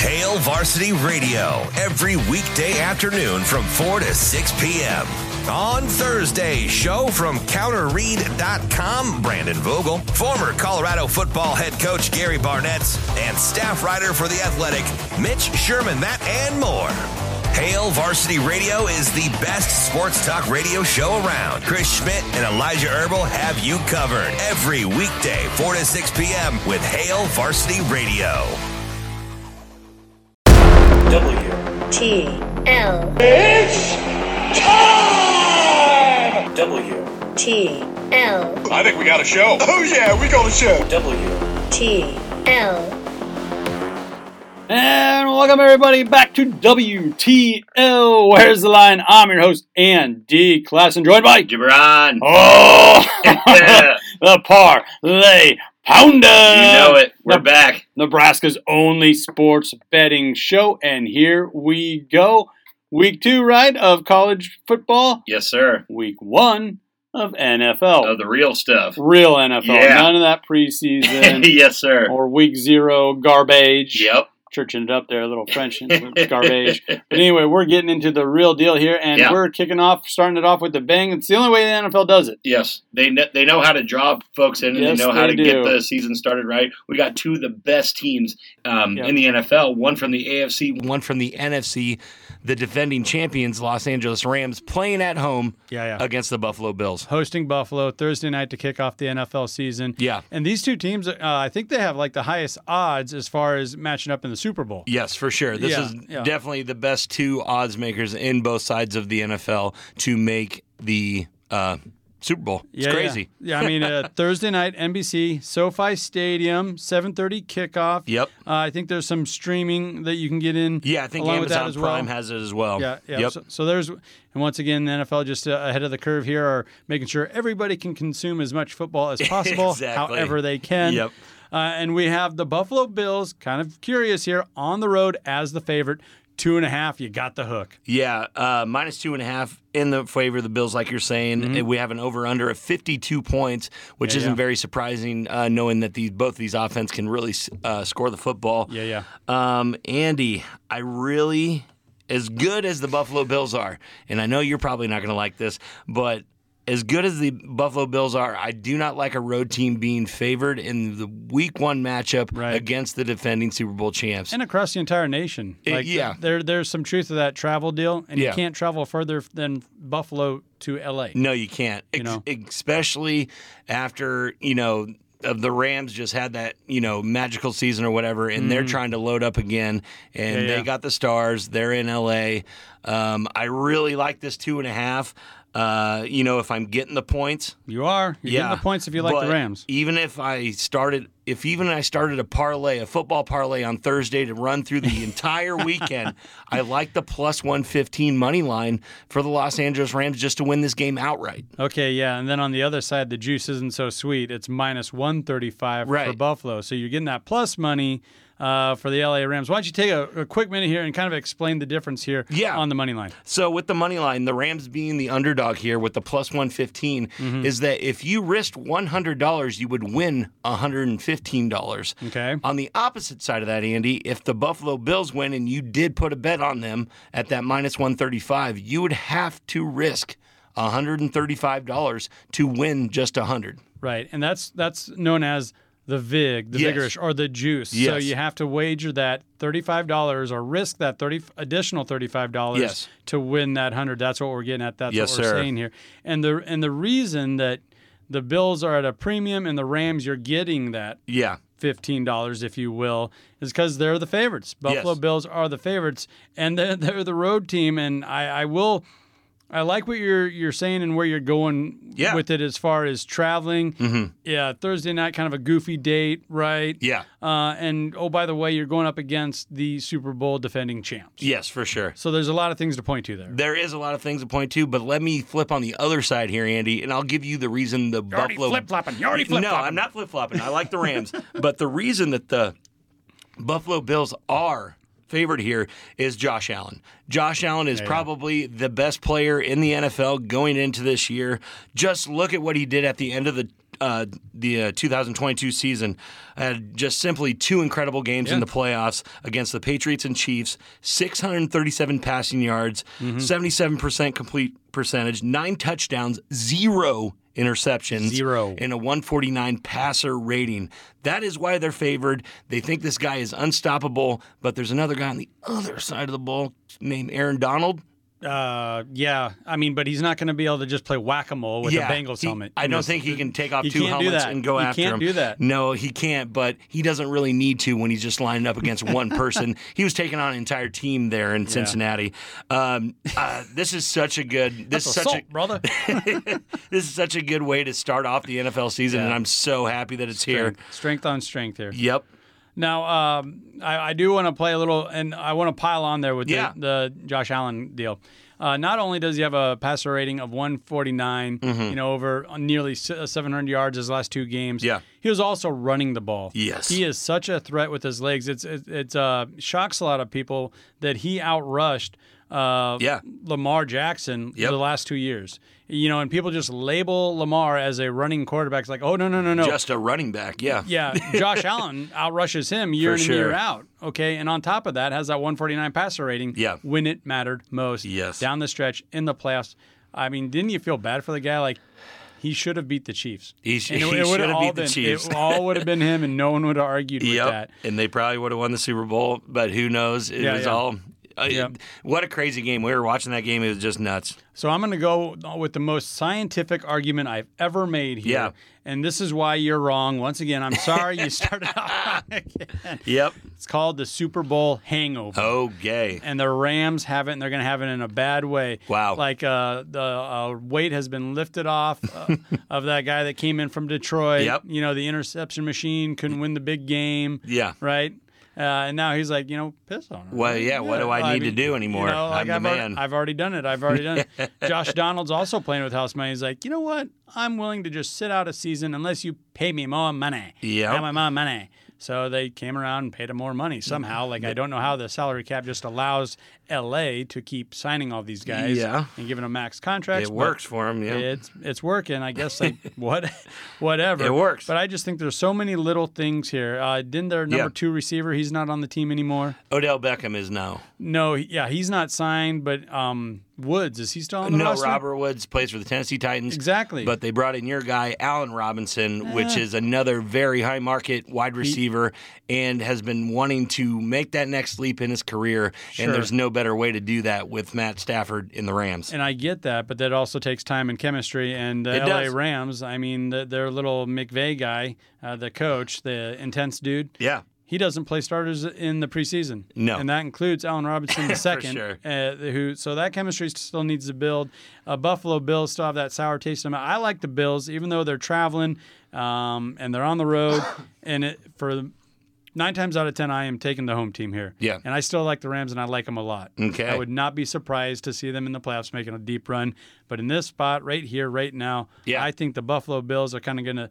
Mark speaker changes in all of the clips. Speaker 1: Hail Varsity Radio every weekday afternoon from 4 to 6 p.m. On Thursday, show from counterread.com, Brandon Vogel, former Colorado football head coach Gary Barnett, and staff writer for The Athletic, Mitch Sherman, that and more. Hail Varsity Radio is the best sports talk radio show around. Chris Schmidt and Elijah Herbal have you covered every weekday, 4 to 6 p.m. with Hail Varsity Radio.
Speaker 2: W.
Speaker 3: T L
Speaker 2: It's time! W.
Speaker 3: T L
Speaker 4: I think we got a show. Oh yeah, we got a show.
Speaker 2: W.
Speaker 3: T L
Speaker 5: And welcome everybody back to WTL. Where's the line? I'm your host Andy Class, and joined by
Speaker 6: Gibran.
Speaker 5: oh
Speaker 6: Yeah.
Speaker 5: the parlay pounder.
Speaker 6: you know it. We're
Speaker 5: Neb-
Speaker 6: back.
Speaker 5: Nebraska's only sports betting show, and here we go. Week two, right, of college football.
Speaker 6: Yes, sir.
Speaker 5: Week one of NFL.
Speaker 6: Oh, the real stuff.
Speaker 5: Real NFL.
Speaker 6: Yeah.
Speaker 5: None of that preseason
Speaker 6: yes, sir.
Speaker 5: or week zero garbage.
Speaker 6: Yep.
Speaker 5: churching it up there, a little French and garbage. But anyway, we're getting into the real deal here, and
Speaker 6: Yeah.
Speaker 5: we're kicking off, starting it off with the bang. It's the only way the NFL does it.
Speaker 6: Yes, they know, they know how to draw folks in, and
Speaker 5: Yes,
Speaker 6: they know how
Speaker 5: they
Speaker 6: to
Speaker 5: do.
Speaker 6: get the season started right. We got two of the best teams um,
Speaker 5: Yep.
Speaker 6: in the NFL: one from the AFC, one from the NFC. The defending champions, Los Angeles Rams, playing at home
Speaker 7: Yeah, yeah.
Speaker 6: against the Buffalo Bills.
Speaker 7: Hosting Buffalo Thursday night to kick off the NFL season.
Speaker 6: Yeah.
Speaker 7: And these two teams, uh, I think they have like the highest odds as far as matching up in the Super Bowl.
Speaker 6: Yes, for sure. This
Speaker 7: Yeah,
Speaker 6: is
Speaker 7: yeah.
Speaker 6: definitely the best two odds makers in both sides of the NFL to make the uh, Super Bowl. It's
Speaker 7: Yeah, yeah.
Speaker 6: crazy.
Speaker 7: Yeah, I mean uh, Thursday night, NBC, SoFi Stadium, 7:30 kickoff.
Speaker 6: Yep.
Speaker 7: Uh, I think there's some streaming that you can get in.
Speaker 6: Yeah, I think
Speaker 7: along with that
Speaker 6: Amazon
Speaker 7: as well.
Speaker 6: Prime has it as well.
Speaker 7: Yeah, yeah.
Speaker 6: Yep.
Speaker 7: So, so there's, and once again, the NFL just uh, ahead of the curve here are making sure everybody can consume as much football as possible,
Speaker 6: Exactly.
Speaker 7: however they can.
Speaker 6: Yep.
Speaker 7: Uh, and we have the Buffalo Bills, kind of curious here, on the road as the favorite, two and a half. You got the hook.
Speaker 6: yeah, uh, minus two and a half in the favor of the Bills, like you're saying. And We have an over under of 52 points, which isn't
Speaker 7: Mm-hmm. yeah.
Speaker 6: very surprising, uh, knowing that these both these offense can really s- uh, score the football.
Speaker 7: Yeah, yeah.
Speaker 6: Um, Andy, I really, as good as the Buffalo Bills are, and I know you're probably not going to like this, but as good as the Buffalo Bills are, I do not like a road team being favored in the Week One matchup
Speaker 7: Right.
Speaker 6: against the defending Super Bowl champs.
Speaker 7: And across the entire nation,
Speaker 6: It-
Speaker 7: like
Speaker 6: yeah.
Speaker 7: there there's some truth to that travel deal, and
Speaker 6: Yeah.
Speaker 7: you can't travel further than Buffalo to L.A.
Speaker 6: No, you can't. Ex-
Speaker 7: know?
Speaker 6: especially after you know of the Rams just had that you know magical season or whatever, and they're trying to load up again, and
Speaker 7: Mm-hmm. Yeah,
Speaker 6: they
Speaker 7: yeah.
Speaker 6: got the stars. They're in L.A. Um, I really like this two and a half. Uh, you know, if I'm getting the points,
Speaker 7: You are. You're
Speaker 6: yeah,
Speaker 7: getting the points if you like
Speaker 6: But
Speaker 7: the Rams.
Speaker 6: Even if I started, if even I started a parlay, a football parlay on Thursday to run through the entire weekend, I like the plus one fifteen money line for the Los Angeles Rams just to win this game outright.
Speaker 7: Okay, yeah, and then on the other side, the juice isn't so sweet. It's minus one thirty-five for
Speaker 6: Right.
Speaker 7: Buffalo, so you're getting that plus money uh, for the LA Rams. Why don't you take a, a quick minute here and kind of explain the difference here
Speaker 6: Yeah.
Speaker 7: on the money line?
Speaker 6: So with the money line, the Rams being the underdog here with the plus 115 is that if you risked $100, you would win $115.
Speaker 7: Okay.
Speaker 6: On the opposite side of that, Andy, if the Buffalo Bills win and you did put a bet on them at that minus 135, you would have to risk $135 to win just 100.
Speaker 7: Right, and that's that's known as the vig, the
Speaker 6: Yes.
Speaker 7: vigorish, or the juice. So
Speaker 6: Yes.
Speaker 7: you have to wager that thirty-five dollars, or risk that thirty additional thirty-five dollars
Speaker 6: Yes.
Speaker 7: to win that hundred. That's what we're getting at. That's
Speaker 6: Yes,
Speaker 7: what we're
Speaker 6: sir.
Speaker 7: saying here. And the and the reason that the Bills are at a premium and the Rams, you're getting that
Speaker 6: Yeah.
Speaker 7: fifteen dollars, if you will, is because they're the favorites. Buffalo
Speaker 6: Yes.
Speaker 7: Bills are the favorites, and they're, they're the road team. And I, I will, I like what you're you're saying and where you're going
Speaker 6: Yeah. Mm-hmm.
Speaker 7: with it as far as traveling. Yeah, Thursday night, kind of a goofy date, right?
Speaker 6: Yeah.
Speaker 7: Uh, and oh, by the way, you're going up against the Super Bowl defending champs.
Speaker 6: Yes, for sure.
Speaker 7: So there's a lot of things to point to there.
Speaker 6: There is a lot of things to point to, but let me flip on the other side here, Andy, and I'll give you the reason the Buffalo
Speaker 7: flopping. You're already
Speaker 6: No, I'm not flip flopping. I like the Rams, but the reason that the Buffalo Bills are favored here is Josh Allen. Josh Allen is probably the best player in the NFL going into this year. Just look at what he did at the end of the uh, the uh, 2022 season had just simply two incredible games in
Speaker 7: Yeah.
Speaker 6: the playoffs against the Patriots and Chiefs. 637 passing yards,
Speaker 7: Mm-hmm.
Speaker 6: 77% complete percentage, nine touchdowns, zero interceptions,
Speaker 7: Zero.
Speaker 6: and a 149 passer rating. That is why they're favored. They think this guy is unstoppable, but there's another guy on the other side of the ball named Aaron Donald.
Speaker 7: Uh, yeah. I mean, but he's not going to be able to just play whack a mole with a Bengals
Speaker 6: he-
Speaker 7: helmet.
Speaker 6: I
Speaker 7: You know,
Speaker 6: don't think he can take off
Speaker 7: you
Speaker 6: two
Speaker 7: can't do
Speaker 6: helmets
Speaker 7: that.
Speaker 6: and go
Speaker 7: You
Speaker 6: after
Speaker 7: can't
Speaker 6: him.
Speaker 7: do that.
Speaker 6: No, he can't. But he doesn't really need to when he's just lining up against one person. He was taking on an entire team there in Cincinnati. Um, uh, this is such a good. This
Speaker 7: That's
Speaker 6: is
Speaker 7: assault,
Speaker 6: such a
Speaker 7: brother.
Speaker 6: this is such a good way to start off the NFL season, and I'm so happy that it's here.
Speaker 7: strength on strength here.
Speaker 6: Yep.
Speaker 7: Now, um, I, I do want to play a little, and I want to pile on there with
Speaker 6: Yeah.
Speaker 7: the, the Josh Allen deal. Uh, not only does he have a passer rating of 149,
Speaker 6: Mm-hmm.
Speaker 7: you know, over nearly se- 700 yards his last two games.
Speaker 6: Yeah.
Speaker 7: he was also running the ball.
Speaker 6: Yes.
Speaker 7: he is such a threat with his legs. It's it, it's uh, shocks a lot of people that he outrushed. Uh,
Speaker 6: Yeah.
Speaker 7: Lamar Jackson
Speaker 6: Yep.
Speaker 7: the last two years, you know, and people just label Lamar as a running quarterback. It's like, oh no, no, no, no,
Speaker 6: Just a running back. Yeah.
Speaker 7: yeah, Josh Allen outrushes him year
Speaker 6: For
Speaker 7: in and
Speaker 6: sure.
Speaker 7: year out. Okay, and on top of that, has that 149 passer rating.
Speaker 6: Yeah.
Speaker 7: when it mattered most.
Speaker 6: Yes.
Speaker 7: down the stretch in the playoffs. I mean, didn't you feel bad for the guy? Like he should have beat the Chiefs.
Speaker 6: He sh-
Speaker 7: And
Speaker 6: he
Speaker 7: would've
Speaker 6: should have
Speaker 7: all
Speaker 6: beat the
Speaker 7: been-
Speaker 6: Chiefs.
Speaker 7: It all would have been him, and no one would have argued
Speaker 6: Yep.
Speaker 7: with that.
Speaker 6: And they probably would have won the Super Bowl, but who knows? It
Speaker 7: Yeah,
Speaker 6: was
Speaker 7: yeah.
Speaker 6: all. Uh,
Speaker 7: Yeah.
Speaker 6: What a crazy game. We were watching that game. It was just nuts.
Speaker 7: So I'm going to go with the most scientific argument I've ever made here.
Speaker 6: Yeah.
Speaker 7: And this is why you're wrong. Once again, I'm sorry you started off. again.
Speaker 6: Yep.
Speaker 7: It's called the Super Bowl hangover.
Speaker 6: Okay.
Speaker 7: and the Rams have it, and they're going to have it in a bad way.
Speaker 6: Wow.
Speaker 7: Like uh, the uh, weight has been lifted off uh, of that guy that came in from Detroit.
Speaker 6: Yep.
Speaker 7: You know, the interception machine couldn't win the big game.
Speaker 6: Yeah.
Speaker 7: Right? Uh, and now he's like, you know, piss on him.
Speaker 6: Well, yeah, what do I need to do anymore?
Speaker 7: You know, like
Speaker 6: I'm the
Speaker 7: I've already-
Speaker 6: man.
Speaker 7: I've already done it. I've already done it. Josh Donald's also playing with house money. He's like, you know what? I'm willing to just sit out a season unless you pay me more money.
Speaker 6: Yep.
Speaker 7: Pay me more money. So they came around and paid him more money
Speaker 6: Mm-hmm.
Speaker 7: somehow. Like I don't know how the salary cap just allows LA to keep signing all these guys
Speaker 6: Yeah.
Speaker 7: and giving them max contracts.
Speaker 6: It
Speaker 7: but
Speaker 6: works for him. Yeah.
Speaker 7: It's it's working, I guess. Like what, whatever.
Speaker 6: It works.
Speaker 7: But I just think there's so many little things here. Uh, didn't their number
Speaker 6: Yeah.
Speaker 7: two receiver? He's not on the team anymore.
Speaker 6: Odell Beckham is now.
Speaker 7: No, he- yeah, he's not signed, but um, Woods is he still on the
Speaker 6: No,
Speaker 7: roster?
Speaker 6: Robert Woods plays for the Tennessee Titans.
Speaker 7: Exactly. Ah.
Speaker 6: But they brought in your guy, Allen Robinson, which is another very high market wide receiver and has been wanting to make that next leap in his career.
Speaker 7: Sure.
Speaker 6: And there's no better way to do that with Matt Stafford in the Rams.
Speaker 7: and I get that, but that also takes time and chemistry. And the
Speaker 6: It
Speaker 7: LA
Speaker 6: does.
Speaker 7: Rams, I mean, the, their little McVay guy, uh, the coach, the intense dude.
Speaker 6: yeah.
Speaker 7: He doesn't play starters in the preseason.
Speaker 6: No.
Speaker 7: and that includes Allen Robinson the second,
Speaker 6: sure.
Speaker 7: uh, who so that chemistry still needs to build. Uh, Buffalo Bills still have that sour taste in them. I like the Bills, even though they're traveling um, and they're on the road. and it, for nine times out of ten, I am taking the home team here.
Speaker 6: Yeah.
Speaker 7: and I still like the Rams, and I like them a lot.
Speaker 6: Okay.
Speaker 7: I would not be surprised to see them in the playoffs making a deep run. But in this spot, right here, right now,
Speaker 6: Yeah.
Speaker 7: I think the Buffalo Bills are kind of going to,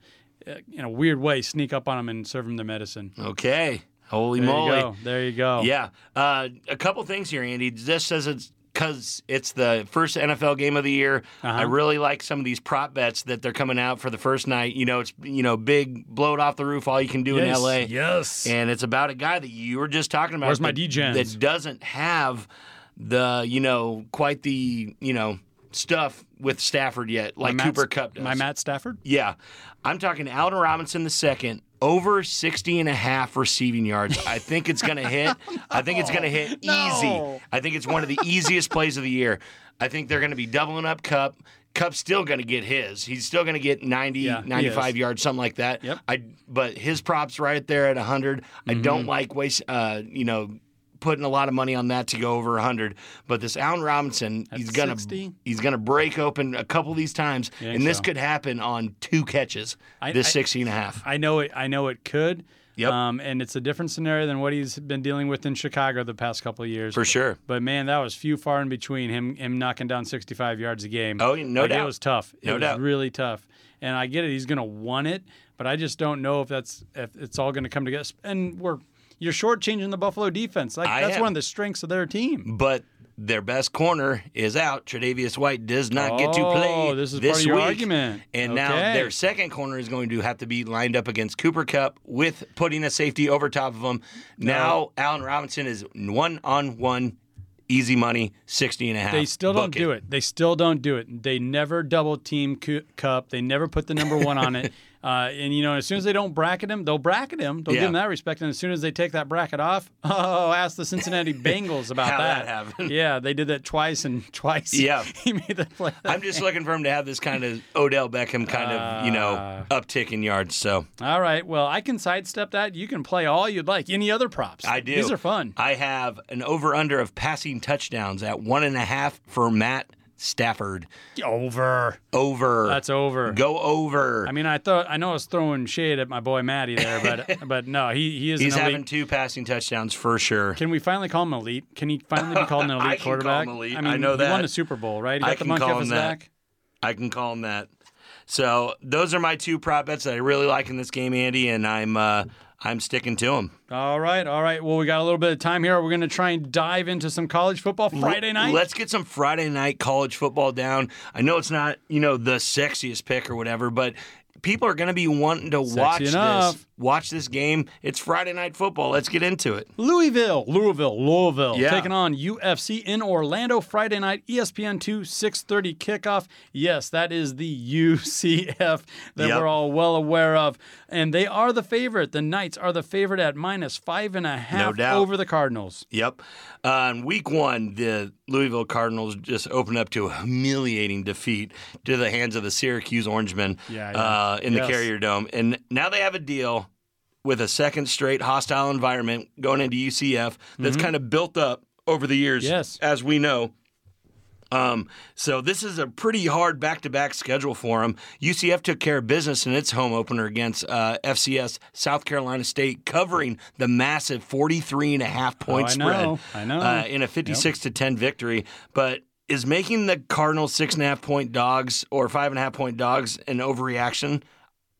Speaker 7: in a weird way, sneak up on them and serve them the medicine.
Speaker 6: Okay. Holy
Speaker 7: There
Speaker 6: moly.
Speaker 7: you go. There you go.
Speaker 6: Yeah. Uh, a couple things here, Andy. This says it's because it's the first NFL game of the year.
Speaker 7: Uh-huh.
Speaker 6: I really like some of these prop bets that they're coming out for the first night. You know, it's you know big blow it off the roof, all you can do
Speaker 7: Yes.
Speaker 6: in LA.
Speaker 7: Yes.
Speaker 6: And it's about a guy that you were just talking about.
Speaker 7: Where's my
Speaker 6: that-
Speaker 7: D-gens?
Speaker 6: That doesn't have the you know quite the you know stuff with Stafford yet, like
Speaker 7: My Matt-
Speaker 6: Cooper Cup does.
Speaker 7: My Matt Stafford.
Speaker 6: Yeah. I'm talking Allen Robinson the second, over 60 and a half receiving yards. I think it's going to hit. I think it's going to hit easy. I think it's one of the easiest plays of the year. I think they're going to be doubling up Cup. Cup's still going to get his. He's still going to get 90,
Speaker 7: Yeah, he
Speaker 6: 95
Speaker 7: is.
Speaker 6: yards, something like that.
Speaker 7: Yep.
Speaker 6: I but his props right there at 100. I
Speaker 7: Mm-hmm.
Speaker 6: don't like waste uh, you know, putting a lot of money on that to go over 100, but this Allen Robinson,
Speaker 7: At
Speaker 6: he's going
Speaker 7: 60?
Speaker 6: to he's going to break open a couple of these times
Speaker 7: You think
Speaker 6: and this
Speaker 7: so?
Speaker 6: could happen on two catches
Speaker 7: I-
Speaker 6: this
Speaker 7: I-
Speaker 6: 16 and a half.
Speaker 7: I know it. I know it could.
Speaker 6: Yep.
Speaker 7: Um, and it's a different scenario than what he's been dealing with in Chicago the past couple of years.
Speaker 6: for sure.
Speaker 7: But man, that was few far in between him him knocking down 65 yards a game.
Speaker 6: Oh, yeah, no
Speaker 7: Like, It
Speaker 6: doubt.
Speaker 7: was tough.
Speaker 6: No
Speaker 7: it
Speaker 6: doubt.
Speaker 7: was really tough. And I get it. He's going to want it, but I just don't know if that's if it's all going to come together. And we're you're shortchanging the Buffalo defense. Like
Speaker 6: I
Speaker 7: that's
Speaker 6: am.
Speaker 7: one of the strengths of their team.
Speaker 6: But Their best corner is out. Tre'Davious White does not get to
Speaker 7: Oh,
Speaker 6: play
Speaker 7: this is part of your
Speaker 6: week.
Speaker 7: argument.
Speaker 6: And now
Speaker 7: Okay.
Speaker 6: their second corner is going to have to be lined up against Cooper Cup with putting a safety over top of him. Now Allen Robinson is one on one, easy money, 60 and a half.
Speaker 7: They still don't
Speaker 6: bucket.
Speaker 7: do it. They still don't do it. They never double team cu- cup. They never put the number one on it. Uh, and you know, as soon as they don't bracket him, they'll bracket him. They'll
Speaker 6: Yeah.
Speaker 7: give him that respect. And as soon as they take that bracket off, oh, ask the Cincinnati Bengals about
Speaker 6: How that
Speaker 7: that.
Speaker 6: happened.
Speaker 7: Yeah, they did that twice and twice.
Speaker 6: Yeah.
Speaker 7: he made that play.
Speaker 6: I'm just looking for him to have this kind of Odell Beckham kind of, you know,
Speaker 7: Ah.
Speaker 6: uptick in yards. So
Speaker 7: All right. Well, I can sidestep that. You can play all you'd like. Any other props?
Speaker 6: I do.
Speaker 7: These are fun.
Speaker 6: I have an over under of passing touchdowns at one and a half for Matt Stafford.
Speaker 7: Over.
Speaker 6: Over.
Speaker 7: That's over.
Speaker 6: Go over.
Speaker 7: I mean, I thought I know I was throwing shade at my boy Matty there, but but no, he he is
Speaker 6: He's
Speaker 7: an elite
Speaker 6: having two passing touchdowns for sure.
Speaker 7: Can we finally call him elite? Can he finally be called an elite
Speaker 6: I can call
Speaker 7: quarterback?
Speaker 6: him elite.
Speaker 7: I mean,
Speaker 6: I know
Speaker 7: he
Speaker 6: that.
Speaker 7: won the Super Bowl, right? He
Speaker 6: I
Speaker 7: got the
Speaker 6: can
Speaker 7: monkey
Speaker 6: call
Speaker 7: off
Speaker 6: him
Speaker 7: his
Speaker 6: that.
Speaker 7: back.
Speaker 6: I can call him that. So those are my two prop bets that I really like in this game, Andy, and I'm uh, I'm sticking to them.
Speaker 7: All right, all right. Well, we got a little bit of time here. We're going to try and dive into some college football Friday night.
Speaker 6: Let's get some Friday night college football down. I know it's not, you know, the sexiest pick or whatever, but people are going to be wanting to watch
Speaker 7: enough.
Speaker 6: this. Watch this game. It's Friday night football. Let's get into it.
Speaker 7: Louisville, Louisville, Louisville,
Speaker 6: Yeah.
Speaker 7: taking on UFC in Orlando Friday night, E ESPN two, six thirty kickoff. Yes, that is the UCF that
Speaker 6: Yep.
Speaker 7: we're all well aware of, and they are the favorite. The Knights are the favorite at minus five and a half
Speaker 6: doubt.
Speaker 7: over the Cardinals.
Speaker 6: Yep. Uh, in week one, the Louisville Cardinals just opened up to a humiliating defeat to the hands of the Syracuse Orangemen
Speaker 7: Yeah, yeah.
Speaker 6: Uh, in
Speaker 7: Yes.
Speaker 6: the Carrier Dome. And now they have a deal with a second straight hostile environment going into UCF that's kind of built up over the years,
Speaker 7: Mm-hmm. Yes.
Speaker 6: as we know. Um, so this is a pretty hard back-to-back schedule for them. UCF took care of business in its home opener against uh, FCS South Carolina State, covering the massive 43 and a half
Speaker 7: Oh,
Speaker 6: point
Speaker 7: I
Speaker 6: spread
Speaker 7: know. I know.
Speaker 6: Uh, in a 56 to 10 victory. But is making the Cardinals six and a half point dogs or five and a half point dogs an overreaction?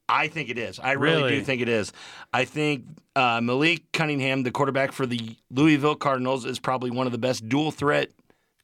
Speaker 6: I think it is. I really,
Speaker 7: Really?
Speaker 6: do think it is. I think uh, Malik Cunningham, the quarterback for the Louisville Cardinals, is probably one of the best dual threat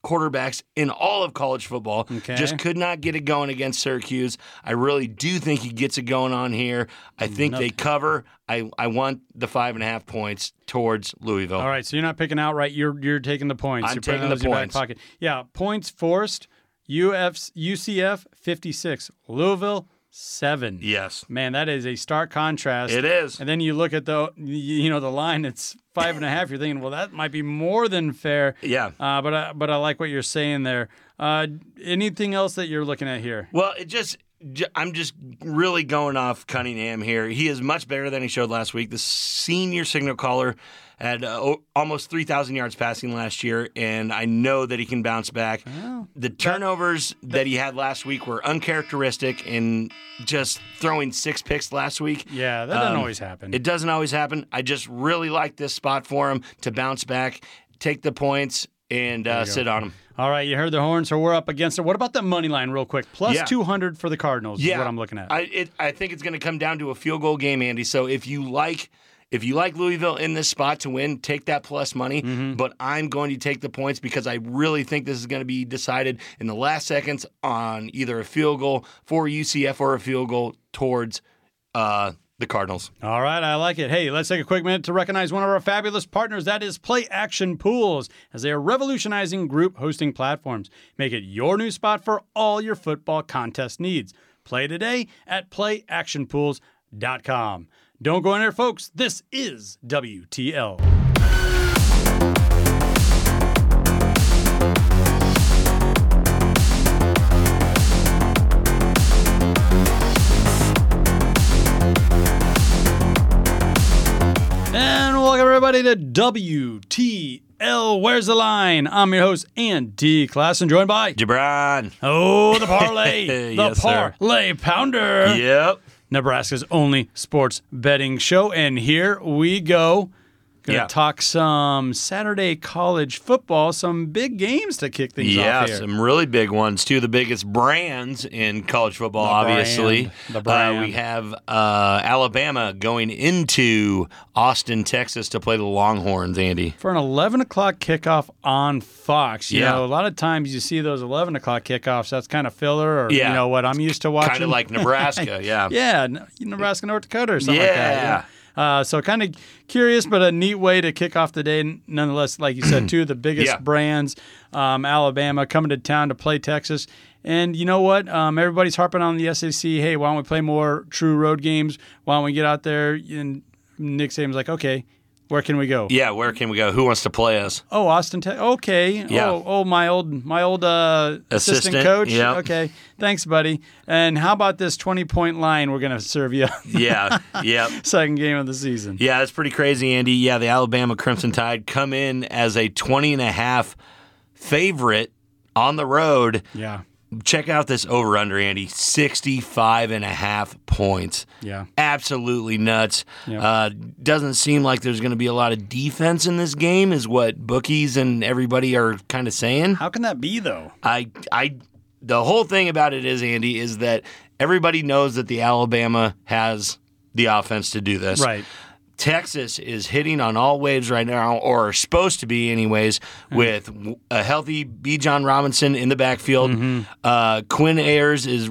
Speaker 6: quarterbacks in all of college football.
Speaker 7: Okay.
Speaker 6: Just could not get it going against Syracuse. I really do think he gets it going on here. I
Speaker 7: Mm,
Speaker 6: think they cover. I, I want the five and a half points towards Louisville.
Speaker 7: All right, so you're not picking outright. You're you're taking the points.
Speaker 6: I'm
Speaker 7: you're putting
Speaker 6: taking the
Speaker 7: those in your back
Speaker 6: points.
Speaker 7: pocket. Yeah, points forced. UF UCF 56, Louisville 7.
Speaker 6: Yes.
Speaker 7: Man, that is a stark contrast.
Speaker 6: It is.
Speaker 7: And then you look at the you you know the line. It's five and a half. You're thinking, well, that might be more than fair.
Speaker 6: Yeah.
Speaker 7: Uh, but I, but I like what you're saying there. Uh, anything else that you're looking at here?
Speaker 6: Well, it just j- I'm just really going off Cunningham here. He is much better than he showed last week. The senior signal caller had uh, o- almost 3,000 yards passing last year, and I know that he can bounce back. the turnovers that, he had last week were uncharacteristic, and just throwing six picks last week.
Speaker 7: Yeah, that doesn't
Speaker 6: Um,
Speaker 7: always happen.
Speaker 6: It doesn't always happen. I just really like this spot for him to bounce back, take the points, and uh, sit on him.
Speaker 7: All right, you heard the horn, so we're up against it. What about that money line, real quick? Plus
Speaker 6: Yeah.
Speaker 7: 200 for the Cardinals
Speaker 6: yeah,
Speaker 7: is what I'm looking at.
Speaker 6: I it, I think it's going to come down to a field goal game, Andy. So if you like. If you like Louisville in this spot to win, take that plus money.
Speaker 7: Mm-hmm.
Speaker 6: But I'm going to take the points because I really think this is going to be decided in the last seconds on either a field goal for UCF or a field goal towards uh, the Cardinals.
Speaker 7: All right, I like it. Hey, let's take a quick minute to recognize one of our fabulous partners. That is Play Action Pools, as they are revolutionizing group hosting platforms. Make it your new spot for all your football contest needs. Play today at playactionpools.com. Don't go in there, folks. This is WTL. And welcome everybody to WTL. Where's the line? I'm your host Andy Class, and joined by
Speaker 6: Jabron.
Speaker 7: oh the parlay, the
Speaker 6: Yes, sir.
Speaker 7: parlay pounder,
Speaker 6: Yep.
Speaker 7: Nebraska's only sports betting show. And here we go. Gonna
Speaker 6: Yeah.
Speaker 7: talk some Saturday college football, some big games to kick things
Speaker 6: yeah,
Speaker 7: off here.
Speaker 6: some really big ones. Two of the biggest brands in college football,
Speaker 7: The
Speaker 6: obviously.
Speaker 7: brand. The brand.
Speaker 6: Uh, we have uh, Alabama going into Austin, Texas to play the Longhorns, Andy.
Speaker 7: for an 11 o'clock kickoff on Fox. You
Speaker 6: Yeah.
Speaker 7: know, a lot of times you see those 11 o'clock kickoffs. That's kind of filler or,
Speaker 6: Yeah.
Speaker 7: you know, what I'm used to watching.
Speaker 6: Kind of like Nebraska, yeah.
Speaker 7: Yeah, N- Nebraska, North Dakota, or something like
Speaker 6: Yeah.
Speaker 7: that. Yeah. Uh, so kind of curious, but a neat way to kick off the day. N- Nonetheless, like you said, two of the biggest
Speaker 6: Yeah.
Speaker 7: brands, um, Alabama, coming to town to play Texas. And you know what? Um, everybody's harping on the SEC. Hey, why don't we play more true road games? Why don't we get out there? And Nick Saban's like, okay, where can we go?
Speaker 6: Yeah, where can we go? Who wants to play us?
Speaker 7: Oh, Austin. Te- okay.
Speaker 6: Yeah.
Speaker 7: Oh, oh, my old, my old uh, assistant,
Speaker 6: Assistant,
Speaker 7: coach.
Speaker 6: yeah.
Speaker 7: Okay. Thanks, buddy. And how about this twenty-point line we're gonna serve you on the
Speaker 6: Yeah, yeah.
Speaker 7: second game of the season?
Speaker 6: Yeah, that's pretty crazy, Andy. Yeah, the Alabama Crimson Tide come in as a 20 and a half favorite on the road.
Speaker 7: Yeah.
Speaker 6: Check out this over under, Andy 65 and a half points.
Speaker 7: Yeah.
Speaker 6: Absolutely nuts.
Speaker 7: Yeah.
Speaker 6: Uh, doesn't seem like there's going to be a lot of defense in this game, is what bookies and everybody are kind of saying.
Speaker 7: How can that be though?
Speaker 6: I, I, the whole thing about it is, Andy, is that everybody knows that the Alabama has the offense to do this.
Speaker 7: Right.
Speaker 6: Texas is hitting on all waves right now, or are supposed to be, anyways, with w- a healthy B. John Robinson in the backfield. Uh, Quinn Ayers is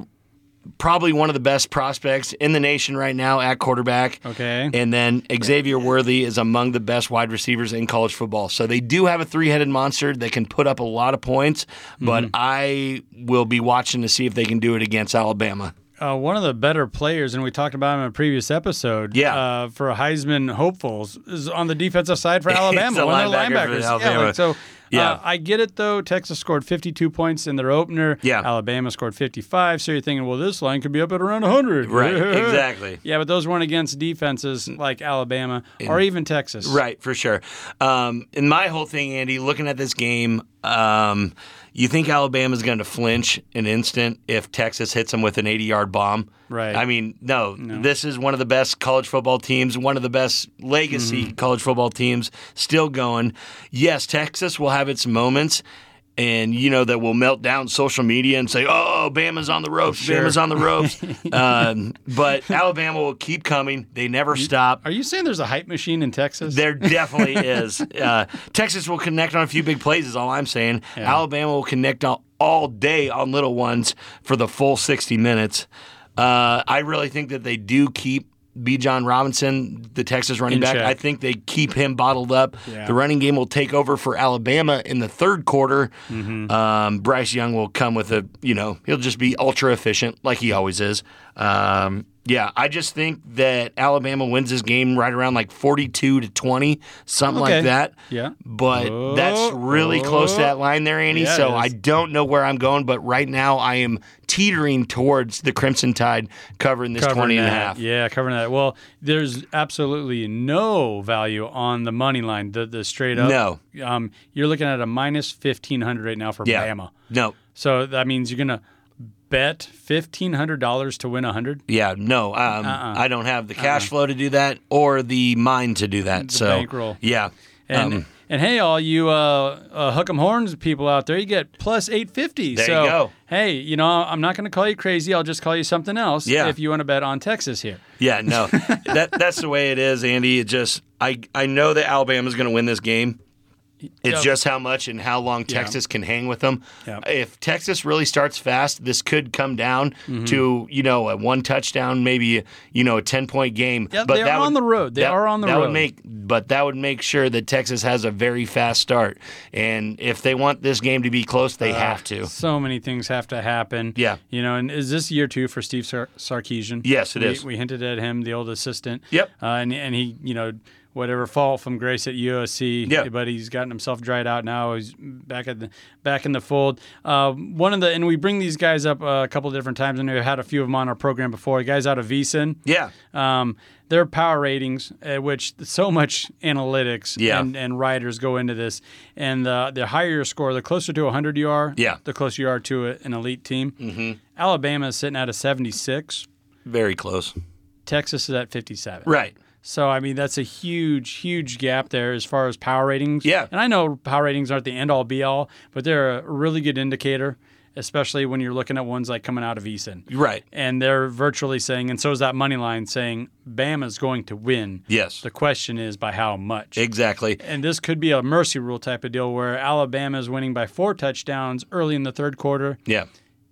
Speaker 6: probably one of the best prospects in the nation right now at quarterback.
Speaker 7: Okay.
Speaker 6: And then Xavier Worthy is among the best wide receivers in college football. So they do have a three headed monster that can put up a lot of points, but I will be watching to see if they can do it against Alabama.
Speaker 7: Uh, one of the better players, and we talked about him in a previous episode.
Speaker 6: Yeah.
Speaker 7: Uh, for Heisman hopefuls is on the defensive side for Alabama.
Speaker 6: a
Speaker 7: one of their
Speaker 6: linebacker for
Speaker 7: linebackers. Yeah.
Speaker 6: Alabama.
Speaker 7: Like, so.
Speaker 6: Yeah.
Speaker 7: Uh, I get it though. Texas scored 52 points in their opener.
Speaker 6: Yeah.
Speaker 7: Alabama scored 55. So you're thinking, well, this line could be up at around 100.
Speaker 6: exactly.
Speaker 7: Yeah, but those weren't against defenses like Alabama or even Texas.
Speaker 6: Right, for sure. Um, and my whole thing, Andy, looking at this game, um, you think Alabama's going to flinch an instant if Texas hits them with an 80 yard bomb?
Speaker 7: Right.
Speaker 6: I mean, no, this is one of the best college football teams, one of the best legacy
Speaker 7: Mm-hmm.
Speaker 6: college football teams still going. Yes, Texas will have its moments. And you know that will melt down social media and say, "Oh, Bama's on the ropes! Bama's on the ropes!" um, but Alabama will keep coming; they never stop.
Speaker 7: Are you saying there's a hype machine in Texas?
Speaker 6: There definitely is. Uh, Texas will connect on a few big plays, is all I'm saying. Alabama will connect on all day on little ones for the full 60 minutes. Uh, I really think that they do keep B. John Robinson, the Texas running
Speaker 7: In
Speaker 6: back.
Speaker 7: check.
Speaker 6: I think they keep him bottled up.
Speaker 7: Yeah.
Speaker 6: The running game will take over for Alabama in the third quarter.
Speaker 7: Mm-hmm.
Speaker 6: Um, Bryce Young will come with a, you know, he'll just be ultra efficient like he always is. Um, yeah, I just think that Alabama wins this game right around like 42 to 20, something
Speaker 7: Okay.
Speaker 6: like that.
Speaker 7: Yeah.
Speaker 6: But
Speaker 7: Oh,
Speaker 6: that's really close to that line there, Andy.
Speaker 7: Yeah, it
Speaker 6: so
Speaker 7: is.
Speaker 6: I don't know where I'm going, but right now I am teetering towards the Crimson Tide covering this
Speaker 7: covering
Speaker 6: 20 and a
Speaker 7: that.
Speaker 6: half.
Speaker 7: Yeah, covering that. Well, there's absolutely no value on the money line, the, the straight up.
Speaker 6: No.
Speaker 7: Um, you're looking at a minus 1,500 right now for
Speaker 6: Yeah.
Speaker 7: Bama.
Speaker 6: No.
Speaker 7: So that means you're going to bet $1,500 to win 100
Speaker 6: Yeah, no, um, I don't have the cash flow to do that or the mind to do that. so,
Speaker 7: bankroll.
Speaker 6: yeah,
Speaker 7: And,
Speaker 6: Um,
Speaker 7: and hey, all you uh, uh, hook 'em horns people out there, you get plus 850.
Speaker 6: There you
Speaker 7: so,
Speaker 6: go.
Speaker 7: hey, you know, I'm not going to call you crazy. I'll just call you something else
Speaker 6: Yeah.
Speaker 7: if you want to bet on Texas here.
Speaker 6: yeah, no, that that's the way it is, Andy. It just, I I know that Alabama's going to win this game. It's
Speaker 7: Yep.
Speaker 6: just how much and how long Texas can hang with them.
Speaker 7: Yep.
Speaker 6: If Texas really starts fast, this could come down
Speaker 7: Mm-hmm.
Speaker 6: to you know a one touchdown, maybe you know a ten point game.
Speaker 7: Yeah, they are on the road. They
Speaker 6: that-
Speaker 7: are on the
Speaker 6: that
Speaker 7: road.
Speaker 6: Would make, but that would make sure that Texas has a very fast start. And if they want this game to be close,
Speaker 7: Uh,
Speaker 6: they have to.
Speaker 7: So many things have to happen.
Speaker 6: Yeah.
Speaker 7: You know, and is this year two for Steve Sar- Sarkeesian?
Speaker 6: Yes, it
Speaker 7: it is. we,
Speaker 6: is.
Speaker 7: We hinted at him, the old assistant.
Speaker 6: Yep.
Speaker 7: Uh, and, and he, you know, whatever fall from grace at USC.
Speaker 6: Yeah.
Speaker 7: But he's gotten himself dried out now. He's back at the back in the fold. Uh, one of the and we bring these guys up uh, a couple different times, and we've had a few of them on our program before. The guys out of Veasan.
Speaker 6: Yeah.
Speaker 7: Um, their power ratings, uh, which so much analytics
Speaker 6: Yeah.
Speaker 7: and, and riders go into this, and the the higher your score, the closer to 100 you are,
Speaker 6: Yeah.
Speaker 7: the closer you are to a, an elite team. Mm-hmm. Alabama is sitting at a 76,
Speaker 6: Very close.
Speaker 7: Texas is at 57.
Speaker 6: Right.
Speaker 7: So I mean that's a huge, huge gap there as far as power ratings.
Speaker 6: Yeah.
Speaker 7: And I know power ratings aren't the end all be all, but they're a really good indicator, especially when you're looking at ones like coming out of Eason.
Speaker 6: Right.
Speaker 7: And they're virtually saying, and so is that money line saying Bama's going to win.
Speaker 6: Yes.
Speaker 7: The question is by how much.
Speaker 6: Exactly.
Speaker 7: And this could be a mercy rule type of deal where Alabama is winning by four touchdowns early in the third quarter.
Speaker 6: Yeah.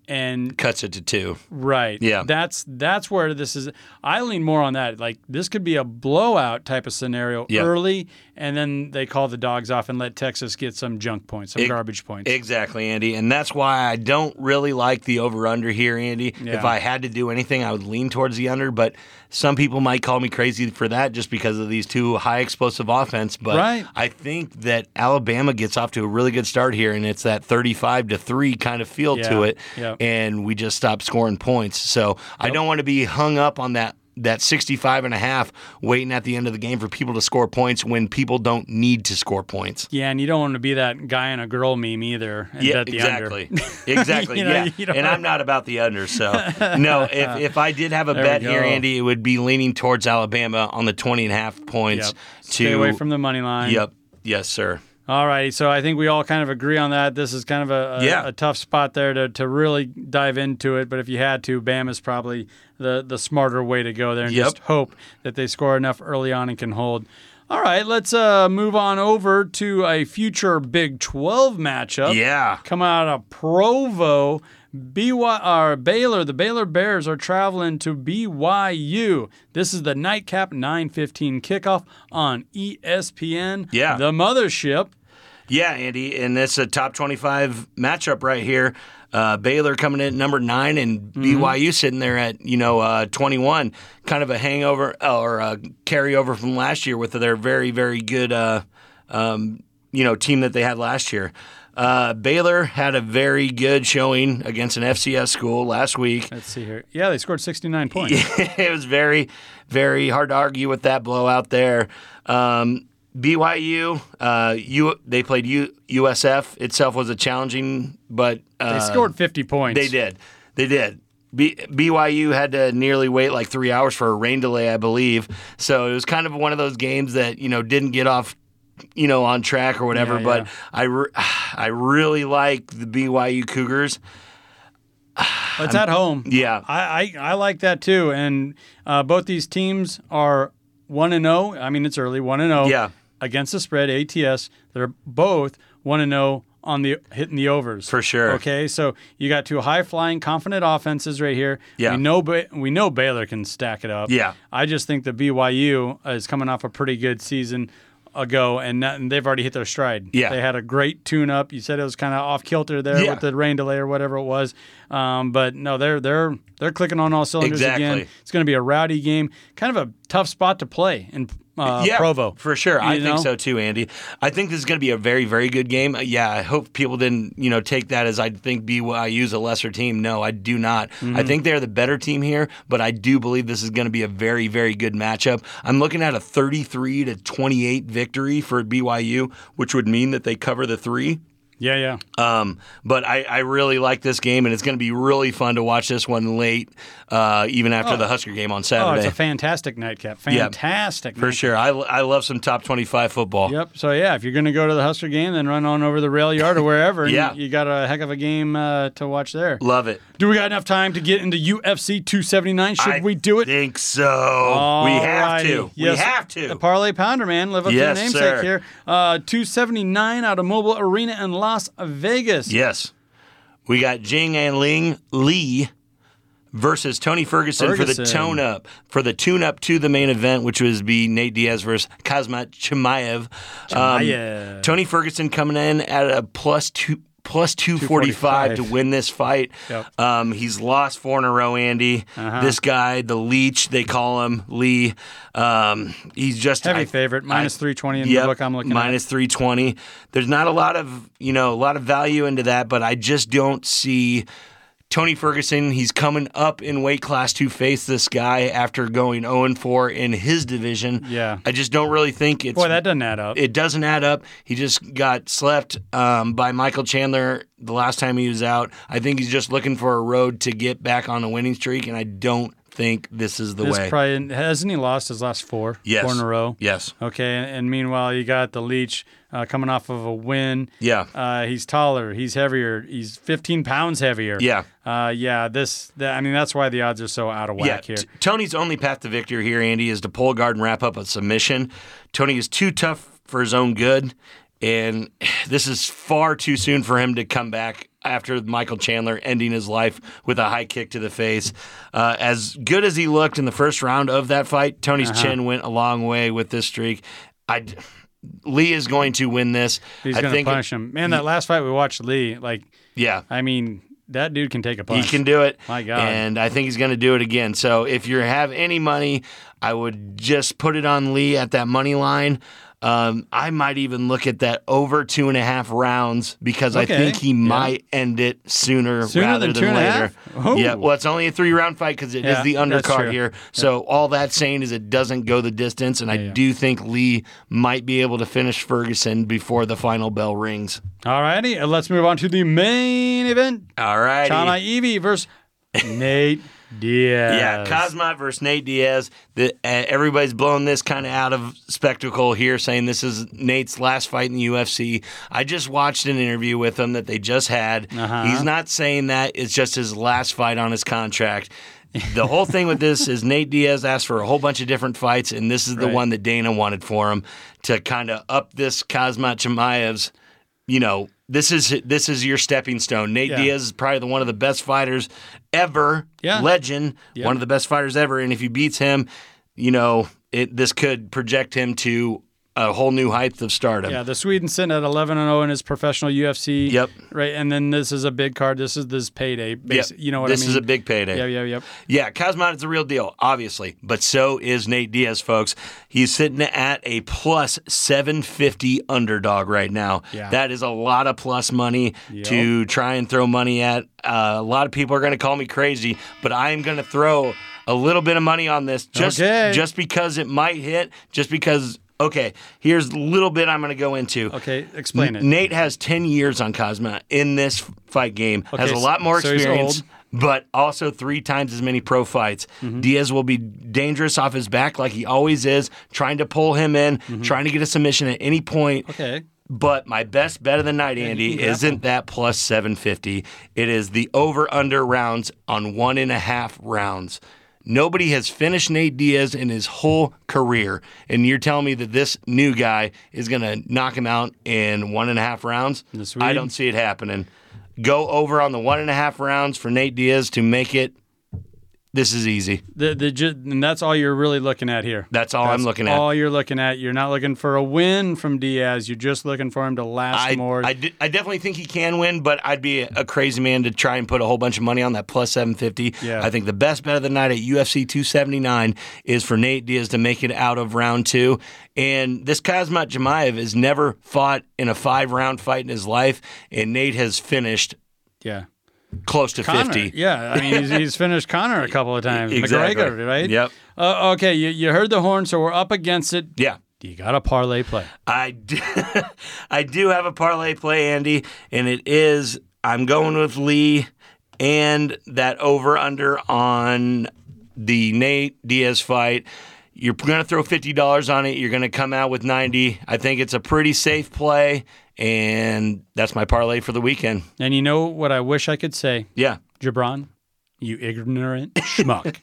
Speaker 7: And
Speaker 6: Cuts it to two.
Speaker 7: right.
Speaker 6: Yeah.
Speaker 7: That's that's where this is I lean more on that. Like this could be a blowout type of scenario
Speaker 6: Yeah.
Speaker 7: early and then they call the dogs off and let Texas get some junk points, some
Speaker 6: Ex-
Speaker 7: garbage points.
Speaker 6: Exactly, Andy. And that's why I don't really like the over under here, Andy.
Speaker 7: Yeah.
Speaker 6: If I had to do anything, I would lean towards the under, but some people might call me crazy for that just because of these two high explosive offense. But
Speaker 7: Right.
Speaker 6: I think that Alabama gets off to a really good start here, and it's that 35 to 3 kind of feel to
Speaker 7: Yeah.
Speaker 6: it.
Speaker 7: Yeah.
Speaker 6: And we just stop scoring points. So I don't want to be hung up on that. That 65 and a half waiting at the end of the game for people to score points when people don't need to score points.
Speaker 7: Yeah, and you don't want to be that guy and a girl meme either. And bet the under.
Speaker 6: exactly, exactly.
Speaker 7: You know,
Speaker 6: yeah,
Speaker 7: you don't-
Speaker 6: and I'm not about the under, so no. If if I did have a
Speaker 7: There
Speaker 6: bet
Speaker 7: we
Speaker 6: here,
Speaker 7: go.
Speaker 6: Andy, it would be leaning towards Alabama on the 20 and a half points.
Speaker 7: Yep.
Speaker 6: To
Speaker 7: Stay away from the money line.
Speaker 6: Yep. Yes, sir.
Speaker 7: All right, so I think we all kind of agree on that. This is kind of a, a,
Speaker 6: Yeah.
Speaker 7: a tough spot there to, to really dive into it. But if you had to, Bama's probably the, the smarter way to go there and
Speaker 6: Yep.
Speaker 7: just hope that they score enough early on and can hold. All right, let's uh, move on over to a future Big 12 matchup.
Speaker 6: Yeah.
Speaker 7: Come out of Provo. BY, or Baylor, the Baylor Bears are traveling to BYU. This is the nightcap 9:15 kickoff on E ESPN.
Speaker 6: Yeah.
Speaker 7: The mothership.
Speaker 6: Yeah, Andy, and that's a top 25 matchup right here. Uh, Baylor coming in at number nine, and BYU sitting there at you know uh, 21. Kind of a hangover uh, or a carryover from last year with their very very good uh, um, you know team that they had last year. Uh, Baylor had a very good showing against an FCS school last week.
Speaker 7: Let's see here. Yeah, they scored 69 points.
Speaker 6: it was very, very hard to argue with that blowout there. Um, BYU, uh, U, they played U, USF. Itself was a challenging, but uh,
Speaker 7: They scored 50 points.
Speaker 6: They did. They did. B- BYU had to nearly wait like three hours for a rain delay, I believe. So it was kind of one of those games that you know didn't get off, you know, on track or whatever.
Speaker 7: Yeah,
Speaker 6: but
Speaker 7: yeah.
Speaker 6: I, re- I really like the BYU Cougars.
Speaker 7: But it's at home.
Speaker 6: Yeah,
Speaker 7: I, I, I like that too. And uh, both these teams are 1 and 0. I mean, it's early 1 and oh. 0.
Speaker 6: Yeah.
Speaker 7: Against the spread, ATS. They're both 1 and 0 on the hitting the overs.
Speaker 6: For sure.
Speaker 7: Okay. So you got two high flying, confident offenses right here.
Speaker 6: Yeah.
Speaker 7: We know, ba- we know Baylor can stack it up.
Speaker 6: Yeah.
Speaker 7: I just think the BYU uh, is coming off a pretty good season ago, and, that, and they've already hit their stride.
Speaker 6: Yeah.
Speaker 7: They had a great tune up. You said it was kind of off kilter there
Speaker 6: Yeah.
Speaker 7: with the rain delay or whatever it was. Um, but no, they're they're they're clicking on all cylinders again.
Speaker 6: Exactly.
Speaker 7: It's going to be a rowdy game. Kind of a tough spot to play in uh, Provo
Speaker 6: for sure. I
Speaker 7: You
Speaker 6: think
Speaker 7: know?
Speaker 6: so too, Andy. I think this is going to be a very, very good game. Uh, Yeah, I hope people didn't, you know, take that as I think BYU's a lesser team. No, I do not. I
Speaker 7: Mm-hmm.
Speaker 6: think they're the better team here, but I do believe this is going to be a very, very good matchup. I'm looking at a 33 to 28 victory for BYU, which would mean that they cover the three.
Speaker 7: Yeah, yeah.
Speaker 6: Um, but I, I really like this game, and it's going to be really fun to watch this one late, uh, even after the Husker game on
Speaker 7: Oh,
Speaker 6: Saturday.
Speaker 7: it's a fantastic nightcap. Fantastic.
Speaker 6: for sure. I, I love some top 25 football.
Speaker 7: Yep. So yeah, if you're going to go to the Husker game, then run on over to the rail yard or wherever. and
Speaker 6: Yeah.
Speaker 7: You, you got a heck of a game uh, to watch there.
Speaker 6: Love it.
Speaker 7: Do we got enough time to get into UFC 279? Should we do it?
Speaker 6: Think so. we have to.
Speaker 7: Alrighty. Yes,
Speaker 6: we have
Speaker 7: The
Speaker 6: to.
Speaker 7: Parlay Pounder, man. Live up
Speaker 6: Yes,
Speaker 7: to your namesake
Speaker 6: sir.
Speaker 7: here. Uh, 279 out of Mobile Arena in Las Vegas.
Speaker 6: yes. We got Jing and Ling Lee versus Tony Ferguson, for the
Speaker 7: Ferguson.
Speaker 6: tone up for the tune up to the main event, which was be Nate Diaz versus Kazmat Chimaev. Um,
Speaker 7: Chimaev.
Speaker 6: Tony Ferguson coming in at a plus two plus 245 to
Speaker 7: 245.
Speaker 6: win this fight.
Speaker 7: Yep. Uh-huh.
Speaker 6: Um, he's lost four in a row, Andy. This guy, the leech, they call him Lee. Um, he's just
Speaker 7: Heavy
Speaker 6: I-
Speaker 7: favorite, minus 320 in
Speaker 6: Yep,
Speaker 7: the book I'm looking
Speaker 6: minus 320. There's not a lot of, you know, a lot of value into that, but I just don't see Tony Ferguson. He's coming up in weight class to face this guy after going 0 and 4 in his division.
Speaker 7: Yeah.
Speaker 6: I just don't really think it's
Speaker 7: at. Boy, that doesn't add up.
Speaker 6: it doesn't add up. He just got slept um, by Michael Chandler the last time he was out. I think he's just looking for a road to get back on a winning streak, and I don't think this is the
Speaker 7: This
Speaker 6: way.
Speaker 7: probably hasn't he lost his last four?
Speaker 6: yes.
Speaker 7: Four in a row.
Speaker 6: Yes.
Speaker 7: Okay, and, and meanwhile you got the leech uh, coming off of a win.
Speaker 6: Yeah.
Speaker 7: Uh, he's taller. He's heavier. He's 15 pounds heavier.
Speaker 6: Yeah.
Speaker 7: Uh, yeah. This. That, I mean, that's why the odds are so out of whack here.
Speaker 6: yeah, T- Tony's only path to victory here, Andy, is to pull guard and wrap up a submission. Tony is too tough for his own good, and this is far too soon for him to come back after Michael Chandler ending his life with a high kick to the face. Uh, as good as he looked in the first round of that fight, Tony's
Speaker 7: Uh-huh.
Speaker 6: chin went a long way with this streak. I d- Lee is going to win this.
Speaker 7: He's
Speaker 6: I
Speaker 7: gonna
Speaker 6: think,
Speaker 7: punish him. Man, that last fight we watched Lee. Like,
Speaker 6: Yeah.
Speaker 7: I mean, that dude can take a
Speaker 6: He
Speaker 7: punch.
Speaker 6: can do it.
Speaker 7: My God.
Speaker 6: And I think he's going to do it again. So if you have any money, I would just put it on Lee at that money line. Um, I might even look at that over two and a half rounds because I
Speaker 7: Okay.
Speaker 6: think he
Speaker 7: Yeah.
Speaker 6: might end it sooner,
Speaker 7: Sooner
Speaker 6: rather
Speaker 7: than
Speaker 6: than
Speaker 7: two and a
Speaker 6: later.
Speaker 7: half? Ooh.
Speaker 6: Yeah, well, it's only a three round fight because it is
Speaker 7: Yeah,
Speaker 6: the
Speaker 7: that's
Speaker 6: undercard
Speaker 7: true.
Speaker 6: here. So all that's saying is it doesn't go the distance, and I do think Lee might be able to finish Ferguson before the final bell rings.
Speaker 7: All righty. and Let's move on to the main event.
Speaker 6: All right.
Speaker 7: Tana Evie versus Nate Diaz.
Speaker 6: Yeah, Cosmo versus Nate Diaz. The, uh, everybody's blowing this kind of out of spectacle here, saying this is Nate's last fight in the UFC. I just watched an interview with him that they just had.
Speaker 7: Uh-huh.
Speaker 6: He's not saying that; it's just his last fight on his contract. The whole thing with this is Nate Diaz asked for a whole bunch of different fights, and this is the
Speaker 7: Right.
Speaker 6: one that Dana wanted for him to kind of up this Cosmo Chimaev's you know, this is this is your stepping stone. Nate
Speaker 7: Yeah.
Speaker 6: Diaz is probably the, one of the best fighters ever,
Speaker 7: Yeah.
Speaker 6: legend, one of the best fighters ever. And if he beats him, you know, it, this could project him to a whole new height of stardom.
Speaker 7: Yeah, the Sweden sitting at 11 and 0 in his professional UFC.
Speaker 6: Yep.
Speaker 7: Right, and then this is a big card. This is this payday.
Speaker 6: Yep.
Speaker 7: Basi- You know what
Speaker 6: this
Speaker 7: I mean?
Speaker 6: is a big payday.
Speaker 7: Yeah, yeah, yep.
Speaker 6: Yeah, Cosmot is the real deal, obviously, but so is Nate Diaz, folks. He's sitting at a plus 750 underdog right now.
Speaker 7: Yeah.
Speaker 6: That is a lot of plus money to try and throw money at. Uh, a lot of people are going to call me crazy, but I am going to throw a little bit of money on this just
Speaker 7: Okay.
Speaker 6: just because it might hit, just because okay, here's a little bit I'm going to go into.
Speaker 7: Okay, explain it.
Speaker 6: Nate has 10 years on Cosma in this fight game. has a
Speaker 7: Okay,
Speaker 6: lot more
Speaker 7: so he's
Speaker 6: experience,
Speaker 7: old. Mm-hmm.
Speaker 6: but also three times as many pro fights. Diaz will be dangerous off his back like he always is, trying to pull him in,
Speaker 7: Mm-hmm.
Speaker 6: trying to get a submission at any point.
Speaker 7: okay.
Speaker 6: But my best bet of the night, Andy, isn't that plus 750. It is the over under rounds on one and a half rounds. Nobody has finished Nate Diaz in his whole career. And you're telling me that this new guy is going to knock him out in one and a half rounds?
Speaker 7: This
Speaker 6: I
Speaker 7: week?
Speaker 6: don't see it happening. Go over on the one and a half rounds for Nate Diaz to make it. This is easy.
Speaker 7: The, the, ju- and that's all you're really looking at here.
Speaker 6: That's all I'm
Speaker 7: That's
Speaker 6: looking at.
Speaker 7: All you're looking at. You're not looking for a win from Diaz. You're just looking for him to last
Speaker 6: I,
Speaker 7: more.
Speaker 6: I, d- I definitely think he can win, but I'd be a crazy man to try and put a whole bunch of money on that plus 750.
Speaker 7: Yeah.
Speaker 6: I think the best bet of the night at UFC 279 is for Nate Diaz to make it out of round two. And this Kazmat Jamayev has never fought in a five round fight in his life, and Nate has finished
Speaker 7: yeah.
Speaker 6: close to
Speaker 7: Connor.
Speaker 6: 50.
Speaker 7: Yeah, I mean he's, he's finished Connor a couple of times.
Speaker 6: Exactly.
Speaker 7: McGregor, right?
Speaker 6: Yep.
Speaker 7: Uh, okay, you, you heard the horn, so we're up against it.
Speaker 6: Yeah.
Speaker 7: You got a parlay play.
Speaker 6: I do, I do have a parlay play, Andy, and it is I'm going with Lee and that over under on the Nate Diaz fight. You're going to throw $50 on it. You're going to come out with 90. I think it's a pretty safe play, and that's my parlay for the weekend.
Speaker 7: And you know what I wish I could say?
Speaker 6: Yeah.
Speaker 7: Gibran, you ignorant schmuck.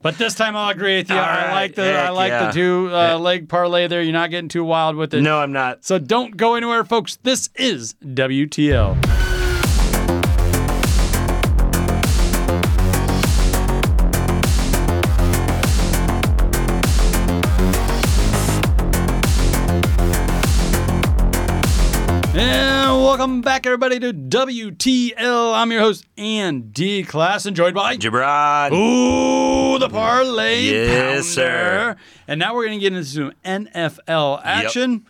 Speaker 7: but this time I'll agree with you. I
Speaker 6: right,
Speaker 7: like the I
Speaker 6: heck
Speaker 7: like
Speaker 6: yeah.
Speaker 7: the two uh, leg parlay there. You're not getting too wild with it.
Speaker 6: No, I'm not.
Speaker 7: So don't go anywhere, folks. This is WTL. And welcome back, everybody, to WTL. I'm your host, Andy Class, and joined by
Speaker 6: Gibran.
Speaker 7: Ooh, the parlay pounder.
Speaker 6: Yes, sir.
Speaker 7: And now we're going to get into some NFL action.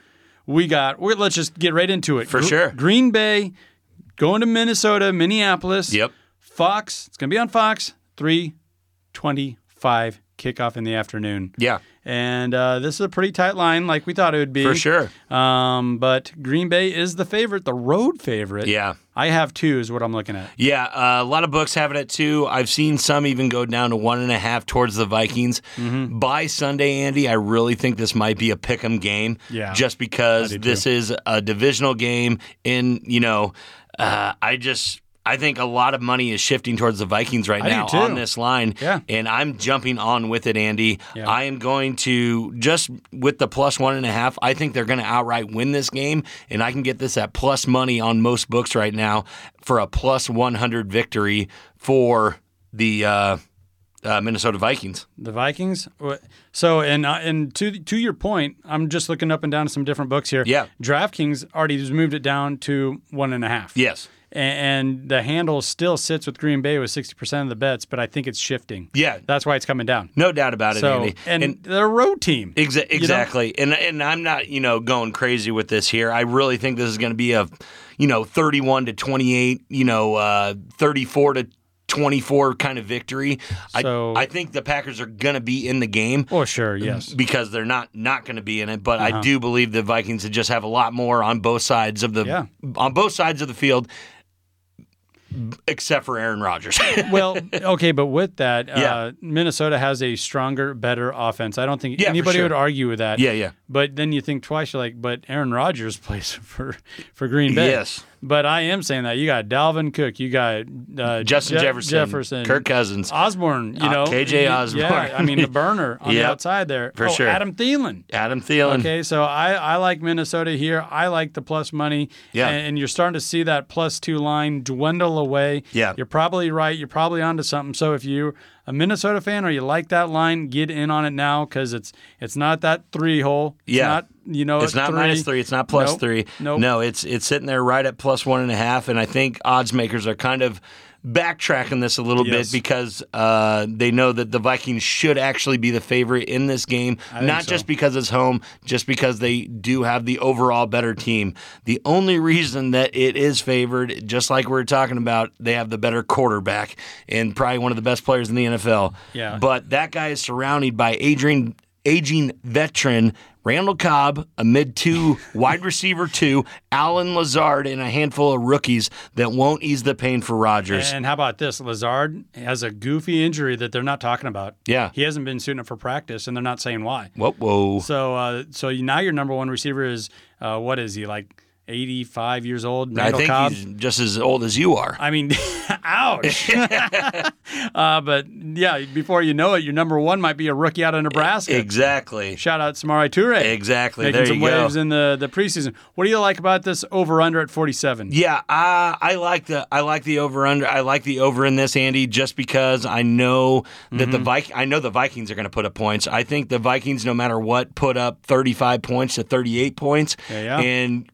Speaker 7: We got. we let's just get right into it.
Speaker 6: For
Speaker 7: Gr-
Speaker 6: sure.
Speaker 7: Green Bay going to Minnesota, Minneapolis.
Speaker 6: Yep.
Speaker 7: Fox. It's going to be on Fox. Three twenty-five kickoff in the afternoon.
Speaker 6: Yeah,
Speaker 7: And uh, this is a pretty tight line, like we thought it would be.
Speaker 6: for sure.
Speaker 7: Um, but Green Bay is the favorite, the road favorite.
Speaker 6: Yeah.
Speaker 7: I have two, is what I'm looking at.
Speaker 6: Yeah, uh, a lot of books have it at two. I've seen some even go down to one and a half towards the Vikings.
Speaker 7: Mm-hmm.
Speaker 6: By Sunday, Andy, I really think this might be a pick 'em game.
Speaker 7: Yeah.
Speaker 6: just because this is a divisional game. In you know, uh, I just I think a lot of money is shifting towards the Vikings right
Speaker 7: I do
Speaker 6: now
Speaker 7: too.
Speaker 6: on this line.
Speaker 7: Yeah.
Speaker 6: and I'm jumping on with it, Andy.
Speaker 7: Yeah.
Speaker 6: I am going to just with the plus one and a half. I think they're going to outright win this game, and I can get this at plus money on most books right now for a plus one hundred victory for the uh, uh, Minnesota Vikings.
Speaker 7: The Vikings. Wh- So, and uh, and to to your point, I'm just looking up and down some different books here.
Speaker 6: Yeah.
Speaker 7: DraftKings already has moved it down to one and a half.
Speaker 6: Yes.
Speaker 7: A- And the handle still sits with Green Bay with 60% of the bets, but I think it's shifting.
Speaker 6: Yeah.
Speaker 7: That's why it's coming down.
Speaker 6: No doubt about it,
Speaker 7: So,
Speaker 6: Andy.
Speaker 7: and, they're a road team.
Speaker 6: Exa-
Speaker 7: you know?
Speaker 6: exactly, and and I'm not you know going crazy with this here. I really think this is going to be a, you know, 31 to 28, you know, uh, 34 to 24 kind of victory.
Speaker 7: So-
Speaker 6: I I think the Packers are going to be in the game
Speaker 7: Oh, sure. Yes.
Speaker 6: because they're not not going to be in it. But
Speaker 7: Uh-huh.
Speaker 6: I do believe the Vikings just have a lot more on both sides of the
Speaker 7: Yeah.
Speaker 6: on both sides of the field, except for Aaron Rodgers.
Speaker 7: well, okay, but with that,
Speaker 6: Yeah.
Speaker 7: uh, Minnesota has a stronger, better offense. I don't think
Speaker 6: Yeah, for
Speaker 7: anybody
Speaker 6: sure.
Speaker 7: would argue with that.
Speaker 6: Yeah, yeah.
Speaker 7: But then you think twice. You're like, but Aaron Rodgers plays for for Green Bay.
Speaker 6: Yes.
Speaker 7: But I am saying that you got Dalvin Cook, you got uh,
Speaker 6: Justin
Speaker 7: Je-
Speaker 6: Jefferson,
Speaker 7: Jefferson,
Speaker 6: Kirk Cousins.
Speaker 7: Osborne. You
Speaker 6: Uh,
Speaker 7: know,
Speaker 6: KJ Osborne.
Speaker 7: Yeah, I mean the burner on the
Speaker 6: Yep.
Speaker 7: outside there
Speaker 6: For
Speaker 7: Oh,
Speaker 6: sure.
Speaker 7: Adam Thielen.
Speaker 6: Adam Thielen.
Speaker 7: Okay, so I, I like Minnesota here. I like the plus money.
Speaker 6: Yeah.
Speaker 7: And, and you're starting to see that plus two line dwindle away.
Speaker 6: Yeah.
Speaker 7: You're probably right. You're probably onto something. So if you're a Minnesota fan or you like that line, get in on it now because it's it's not that three hole. It's
Speaker 6: Yeah.
Speaker 7: Not, you know,
Speaker 6: It's not minus three. It's not plus
Speaker 7: Nope.
Speaker 6: three.
Speaker 7: Nope.
Speaker 6: No, it's it's sitting there right at plus one and a half. And I think odds makers are kind of backtracking this a little
Speaker 7: Yes.
Speaker 6: bit because uh, they know that the Vikings should actually be the favorite in this game, not
Speaker 7: so.
Speaker 6: just because it's home, just because they do have the overall better team. The only reason that it is favored, just like we are talking about, they have the better quarterback and probably one of the best players in the NFL.
Speaker 7: Yeah.
Speaker 6: But that guy is surrounded by Adrian aging veteran Randall Cobb, a mid two wide receiver two, Alan Lazard, and a handful of rookies that won't ease the pain for Rodgers.
Speaker 7: And how about this? Lazard has a goofy injury that they're not talking about.
Speaker 6: Yeah.
Speaker 7: He hasn't been suiting up for practice, and they're not saying why.
Speaker 6: whoa, whoa.
Speaker 7: So uh, so you- now your number one receiver is uh, what is he like? 85 years old.
Speaker 6: I
Speaker 7: Randall
Speaker 6: think
Speaker 7: Cobb.
Speaker 6: he's just as old as you are.
Speaker 7: I mean, ouch. uh, but yeah, before you know it, your number one might be a rookie out of Nebraska.
Speaker 6: Exactly.
Speaker 7: Shout out Samari Toure.
Speaker 6: E-, Exactly.
Speaker 7: Making
Speaker 6: There
Speaker 7: some
Speaker 6: you go.
Speaker 7: waves in the, the preseason. What do you like about this over under at 47?
Speaker 6: Yeah, I, I like the I like the over under. I like the over in this, Andy, just because I know that
Speaker 7: Mm-hmm.
Speaker 6: the Vik I know the Vikings are going to put up points. I think the Vikings, no matter what, put up thirty five points to thirty eight points.
Speaker 7: Yeah, yeah.
Speaker 6: And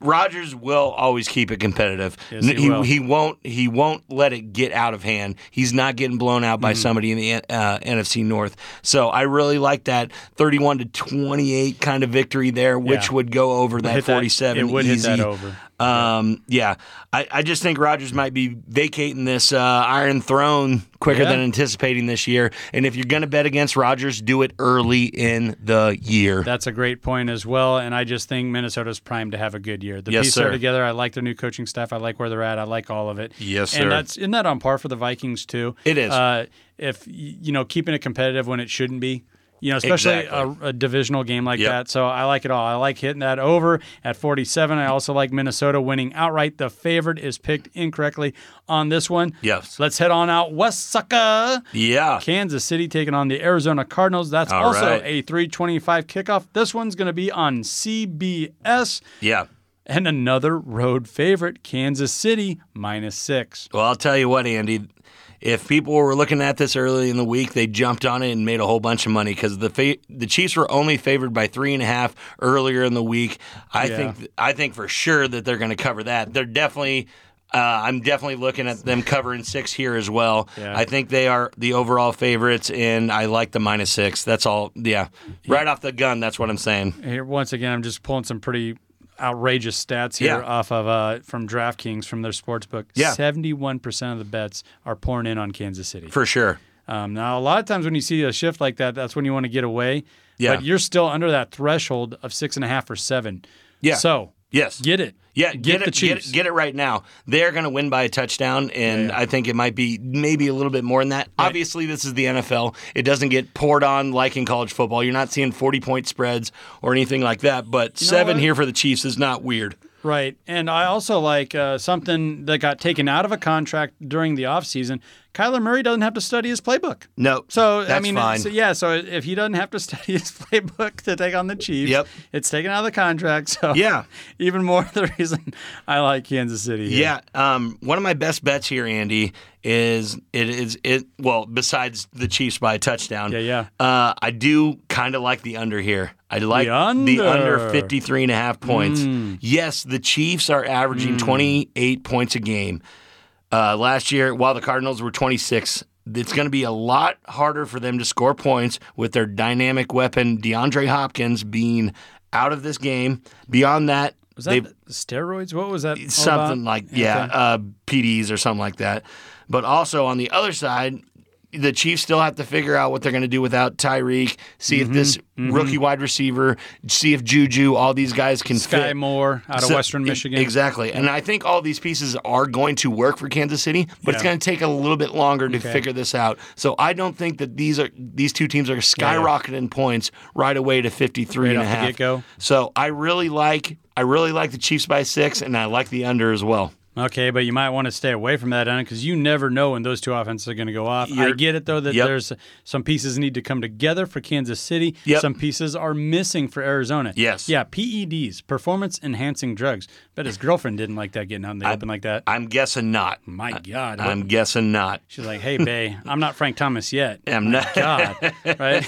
Speaker 6: Rodgers will always keep it competitive.
Speaker 7: Yes, he will.
Speaker 6: not He won't let it get out of hand. He's not getting blown out
Speaker 7: Mm-hmm.
Speaker 6: by somebody in the uh, NFC North. So I really like that thirty-one to twenty-eight kind of victory there, which
Speaker 7: Yeah.
Speaker 6: would go over that
Speaker 7: hit that-
Speaker 6: forty-seven.
Speaker 7: it would hit
Speaker 6: easy.
Speaker 7: that over.
Speaker 6: Um, yeah, I, I just think Rodgers might be vacating this uh, Iron Throne quicker
Speaker 7: Yeah.
Speaker 6: than anticipating this year. And if you're going to bet against Rodgers, do it early in the year.
Speaker 7: That's a great point as well. And I just think Minnesota's primed to have a good year. The
Speaker 6: Yes,
Speaker 7: pieces
Speaker 6: sir.
Speaker 7: are together. I like their new coaching staff. I like where they're at. I like all of it.
Speaker 6: Yes,
Speaker 7: and
Speaker 6: sir.
Speaker 7: that's isn't that on par for the Vikings too?
Speaker 6: It is.
Speaker 7: Uh, if y- you know, keeping it competitive when it shouldn't be. You know, especially
Speaker 6: Exactly.
Speaker 7: a, a divisional game like
Speaker 6: Yep.
Speaker 7: that. So I like it all. I like hitting that over at 47. I also like Minnesota winning outright. The favorite is picked incorrectly on this one.
Speaker 6: Yes.
Speaker 7: Let's head on out west, sucker.
Speaker 6: yeah.
Speaker 7: Kansas City taking on the Arizona Cardinals. That's
Speaker 6: All
Speaker 7: also
Speaker 6: right.
Speaker 7: a 325 kickoff. This one's going to be on CBS.
Speaker 6: Yeah.
Speaker 7: And another road favorite, Kansas City, minus six.
Speaker 6: Well, I'll tell you what, Andy. If people were looking at this early in the week, they jumped on it and made a whole bunch of money because the fa- the Chiefs were only favored by three and a half earlier in the week. I
Speaker 7: Yeah.
Speaker 6: think I think for sure that they're going to cover that. They're definitely. Uh, I'm definitely looking at them covering six here as well.
Speaker 7: Yeah.
Speaker 6: I think they are the overall favorites, and I like the minus six. That's all. Yeah, right off the gun. That's what I'm saying.
Speaker 7: Here, once again, I'm just pulling some pretty outrageous stats here
Speaker 6: Yeah.
Speaker 7: off of uh, from DraftKings from their sports book.
Speaker 6: Yeah.
Speaker 7: 71% of the bets are pouring in on Kansas City.
Speaker 6: For sure.
Speaker 7: Um, now, a lot of times when you see a shift like that, that's when you want to get away.
Speaker 6: Yeah.
Speaker 7: But you're still under that threshold of six and a half or seven.
Speaker 6: Yeah.
Speaker 7: So
Speaker 6: Yes.
Speaker 7: get it.
Speaker 6: Yeah,
Speaker 7: Get,
Speaker 6: get,
Speaker 7: the
Speaker 6: it, get
Speaker 7: Chiefs.
Speaker 6: it, get it right now. They're going to win by a touchdown, and
Speaker 7: Yeah.
Speaker 6: I think it might be maybe a little bit more than that. Obviously, this is the NFL. It doesn't get poured on like in college football. You're not seeing 40 point spreads or anything like that, but seven
Speaker 7: what?
Speaker 6: here for the Chiefs is not weird.
Speaker 7: Right. And I also like uh, something that got taken out of a contract during the offseason. Kyler Murray doesn't have to study his playbook.
Speaker 6: No.
Speaker 7: So I
Speaker 6: that's
Speaker 7: mean,
Speaker 6: fine.
Speaker 7: so- yeah. So if he doesn't have to study his playbook to take on the Chiefs,
Speaker 6: Yep.
Speaker 7: it's taken out of the contract. So
Speaker 6: Yeah.
Speaker 7: even more the reason I like Kansas City. here.
Speaker 6: Yeah, um, one of my best bets here, Andy, is it is it. Well, besides the Chiefs by a touchdown,
Speaker 7: Yeah, yeah.
Speaker 6: Uh, I do kind of like the under here. I like
Speaker 7: The under. Hmm.
Speaker 6: the under 53 and a half points. Yes, the Chiefs are averaging 28 points a game. Uh, last year, while the Cardinals were 26, it's going to be a lot harder for them to score points with their dynamic weapon, DeAndre Hopkins, being out of this game. Beyond that,
Speaker 7: Was
Speaker 6: they've
Speaker 7: that steroids? What was that? all
Speaker 6: something
Speaker 7: about?
Speaker 6: like yeah,
Speaker 7: Okay.
Speaker 6: uh, PDs or something like that. But also on the other side, the Chiefs still have to figure out what they're going to do without Tyreek. See
Speaker 7: Mm-hmm.
Speaker 6: if this rookie wide receiver, see if Juju, all these guys can
Speaker 7: Sky
Speaker 6: fit.
Speaker 7: Moore out of
Speaker 6: So-
Speaker 7: Western
Speaker 6: e-
Speaker 7: Michigan.
Speaker 6: Exactly. And I think all these pieces are going to work for Kansas City, but it's
Speaker 7: Yeah.
Speaker 6: going to take a little bit longer to figure this out. So I don't think that these are these two teams are skyrocketing points right away to 53
Speaker 7: Right
Speaker 6: and a
Speaker 7: off the
Speaker 6: half.
Speaker 7: get-go.
Speaker 6: So I really like I really like the Chiefs by 6 and I like the under as well.
Speaker 7: Okay, but you might want to stay away from that end because you never know when those two offenses are going to go off. I
Speaker 6: You're-
Speaker 7: get it though that
Speaker 6: Yep.
Speaker 7: there's some pieces need to come together for Kansas City.
Speaker 6: Yep.
Speaker 7: Some pieces are missing for Arizona.
Speaker 6: Yes.
Speaker 7: Yeah, PEDs, performance enhancing drugs. Bet his girlfriend didn't like that getting out in the open like that.
Speaker 6: I'm guessing not.
Speaker 7: My God. what-
Speaker 6: I'm guessing not.
Speaker 7: she's like, "Hey, Bay, I'm not Frank Thomas yet."
Speaker 6: I'm not
Speaker 7: God, right?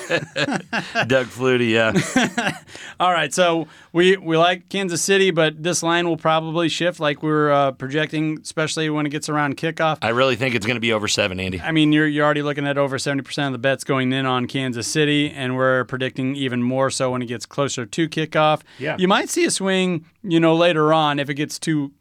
Speaker 6: Doug Flutie. Yeah,
Speaker 7: All right, so we we like Kansas City, but this line will probably shift, like we were uh, projecting, especially when it gets around kickoff.
Speaker 6: I really think it's going to be over seven, Andy.
Speaker 7: I mean, you're you're already looking at over 70% of the bets going in on Kansas City, and we're predicting even more so when it gets closer to kickoff.
Speaker 6: Yeah.
Speaker 7: You might see a swing, you know, later on if it gets too,